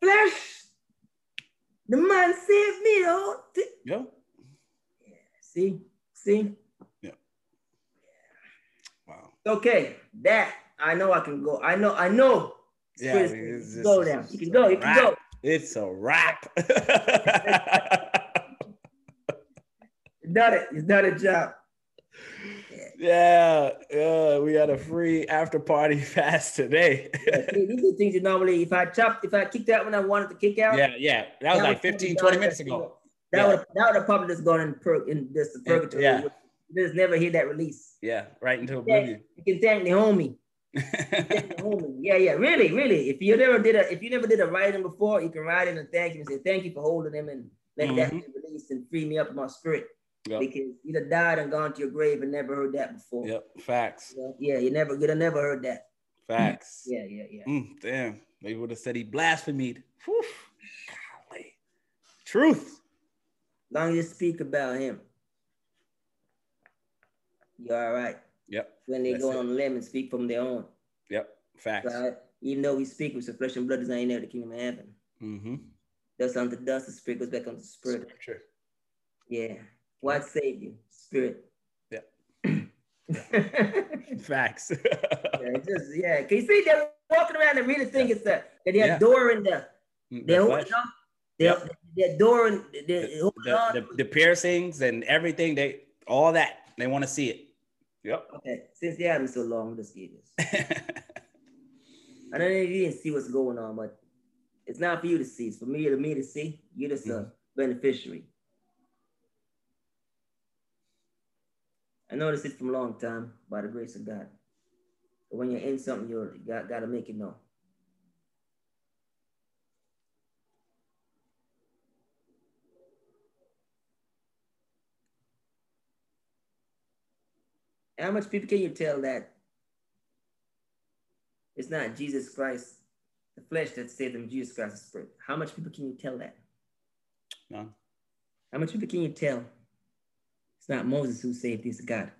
Speaker 2: Flesh. The man saved me. Oh, th-
Speaker 1: Yo.
Speaker 2: see, see.
Speaker 1: Wow.
Speaker 2: Okay, that I know I can go. I know, I know.
Speaker 1: Yeah,
Speaker 2: Spirit,
Speaker 1: I mean,
Speaker 2: you
Speaker 1: it's
Speaker 2: can
Speaker 1: just-
Speaker 2: go
Speaker 1: it's
Speaker 2: now. You
Speaker 1: just
Speaker 2: can
Speaker 1: a
Speaker 2: go. You
Speaker 1: wrap.
Speaker 2: can go.
Speaker 1: It's a wrap.
Speaker 2: You done it. You done a job.
Speaker 1: yeah, yeah, we had a free after party fast today.
Speaker 2: See, These are things you normally, if I chopped, if I kicked out when I wanted to kick out.
Speaker 1: yeah, yeah, that was like
Speaker 2: probably
Speaker 1: 15,
Speaker 2: gone
Speaker 1: 20
Speaker 2: as
Speaker 1: minutes
Speaker 2: you
Speaker 1: ago.
Speaker 2: know. That
Speaker 1: Yeah.
Speaker 2: would that would have probably just gone in pur- in this the purgatory.
Speaker 1: yeah.
Speaker 2: You just never hear that release.
Speaker 1: Yeah, right into oblivion.
Speaker 2: You can thank the homie. Thank the homie. Yeah, yeah. Really, really. If you never did a if you never did a writing before, you can write in and thank him and say thank you for holding him and let that be released and free me up in my spirit.
Speaker 1: Mm-hmm. Yep.
Speaker 2: Because you done died and gone to your grave and never heard that before.
Speaker 1: yep, facts,
Speaker 2: You know? Yeah, you never you'd have never heard that.
Speaker 1: facts.
Speaker 2: Yeah, yeah, yeah.
Speaker 1: Mm, damn, they would have said he blasphemed. Whew. Golly. Truth.
Speaker 2: long as you speak about him, you're all right.
Speaker 1: Yep,
Speaker 2: When they
Speaker 1: That's
Speaker 2: go
Speaker 1: it.
Speaker 2: on a limb and speak from their own.
Speaker 1: yep, facts.
Speaker 2: Right? Even though we speak with the flesh and blood, is not in the kingdom of heaven.
Speaker 1: Mm-hmm.
Speaker 2: Dust unto dust, the spirit goes back unto the spirit.
Speaker 1: Scripture.
Speaker 2: Yeah. What saved you? Spirit.
Speaker 1: Yeah.
Speaker 2: yeah,
Speaker 1: Facts.
Speaker 2: it's just yeah. Can you see they're walking around and really think it's that that they're
Speaker 1: Yeah.
Speaker 2: adoring the they're
Speaker 1: the,
Speaker 2: holding
Speaker 1: flesh,
Speaker 2: on. They're, they're adoring they're
Speaker 1: the,
Speaker 2: holding on.
Speaker 1: the, the piercings and everything, they all that. They want to see it. Yep.
Speaker 2: okay, since they had me so long, let's get this. I don't know if you didn't see what's going on, but it's not for you to see. It's for me to me to see. You're just a
Speaker 1: Mhm.
Speaker 2: beneficiary. I noticed it from a long time by the grace of God. When you're in something, you got got to make it known. How much people can you tell that it's not Jesus Christ, the flesh that saved them, Jesus Christ, the spirit? How much people can you tell that?
Speaker 1: None.
Speaker 2: How much people can you tell it's not Moses who saved, it's God?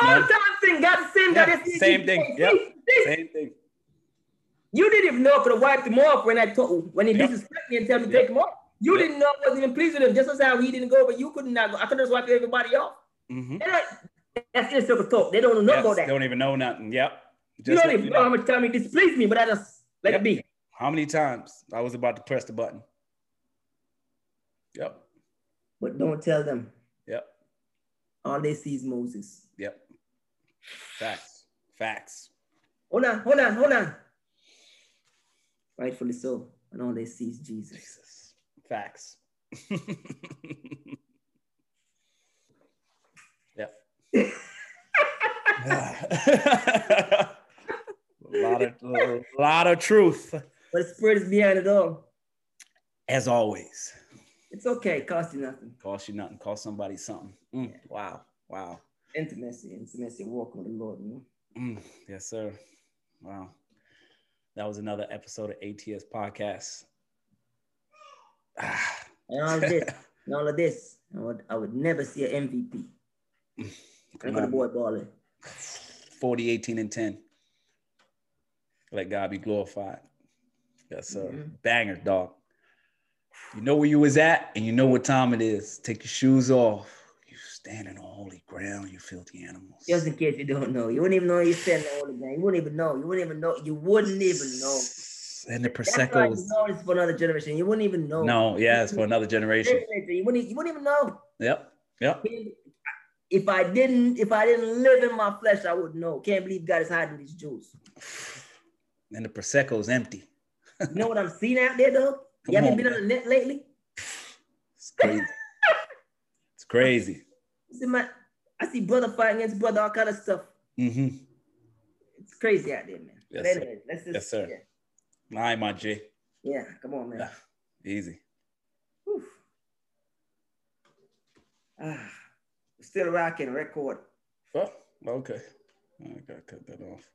Speaker 2: All
Speaker 1: No.
Speaker 2: time thing, God sin,
Speaker 1: Yeah,
Speaker 2: God is
Speaker 1: same thing. Yep. Same thing.
Speaker 2: You didn't even know I could have wiped him off when I told when he
Speaker 1: Yep.
Speaker 2: disrespected me and tell me to
Speaker 1: Yep.
Speaker 2: take him off. You
Speaker 1: Yep.
Speaker 2: didn't know I wasn't even pleased with him, just as how he didn't go, but you could not go. I could have just wiped everybody off.
Speaker 1: Mm-hmm.
Speaker 2: And I- That's inner circle talk. They don't know about that.
Speaker 1: Don't even know nothing. Yep.
Speaker 2: you
Speaker 1: Just
Speaker 2: don't
Speaker 1: let
Speaker 2: even
Speaker 1: you
Speaker 2: know how
Speaker 1: know.
Speaker 2: much time he displeased me, but I just let
Speaker 1: Yep.
Speaker 2: it be.
Speaker 1: How many times I was about to press the button? Yep.
Speaker 2: But don't tell them.
Speaker 1: Yep.
Speaker 2: All they see is Moses.
Speaker 1: Yep. Facts. Facts.
Speaker 2: Hold on, hold on, hold on. Rightfully so. And all they see is Jesus.
Speaker 1: Jesus. Facts. yep. a lot of a lot of truth.
Speaker 2: But the spirit is behind it all.
Speaker 1: As always.
Speaker 2: It's okay, it costs you nothing.
Speaker 1: Cost you nothing. Cost somebody something. Mm, Wow. Wow.
Speaker 2: Intimacy, intimacy, walking with the Lord. You know?
Speaker 1: Mm, yes, sir. Wow. That was another episode of ATS Podcast. Ah,
Speaker 2: And all of this, and all of this, I would, I would never see an MVP.
Speaker 1: come
Speaker 2: Look at the
Speaker 1: on.
Speaker 2: boy balling.
Speaker 1: 40, 18, and 10. Let God be glorified. Yes, sir.
Speaker 2: Mhm.
Speaker 1: Banger, dog. You know where you was at and you know what time it is. Take your shoes off. You standing on holy ground, you filthy animals.
Speaker 2: Just in case you don't know, you wouldn't even know you said all the game. You wouldn't even know. You wouldn't even know. You wouldn't even know.
Speaker 1: And the
Speaker 2: That's why
Speaker 1: Prosecco
Speaker 2: you
Speaker 1: was
Speaker 2: know it's for another generation. You wouldn't even know.
Speaker 1: no, yeah, it's for another generation.
Speaker 2: You wouldn't, you wouldn't even know.
Speaker 1: Yep. Yep.
Speaker 2: If I didn't, if I didn't live in my flesh, I would know. Can't believe God is hiding these Jews.
Speaker 1: And the Prosecco's empty.
Speaker 2: You know what I'm seeing out there though?
Speaker 1: Come
Speaker 2: you haven't
Speaker 1: on,
Speaker 2: been on the net lately?
Speaker 1: It's crazy. it's crazy.
Speaker 2: You see my, I see brother fighting against brother, all kind of stuff.
Speaker 1: hmm
Speaker 2: It's crazy out there, man.
Speaker 1: Yes,
Speaker 2: but
Speaker 1: sir.
Speaker 2: anyway, let's just
Speaker 1: Yes, sir. Aye, my G.
Speaker 2: Yeah, yeah, come on, man.
Speaker 1: Yeah. Easy.
Speaker 2: Whew. Ah, still rocking record.
Speaker 1: Oh, okay. I gotta cut that off.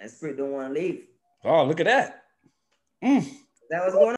Speaker 2: And spirit don't want to leave.
Speaker 1: Oh, look at that. Mm.
Speaker 2: That was going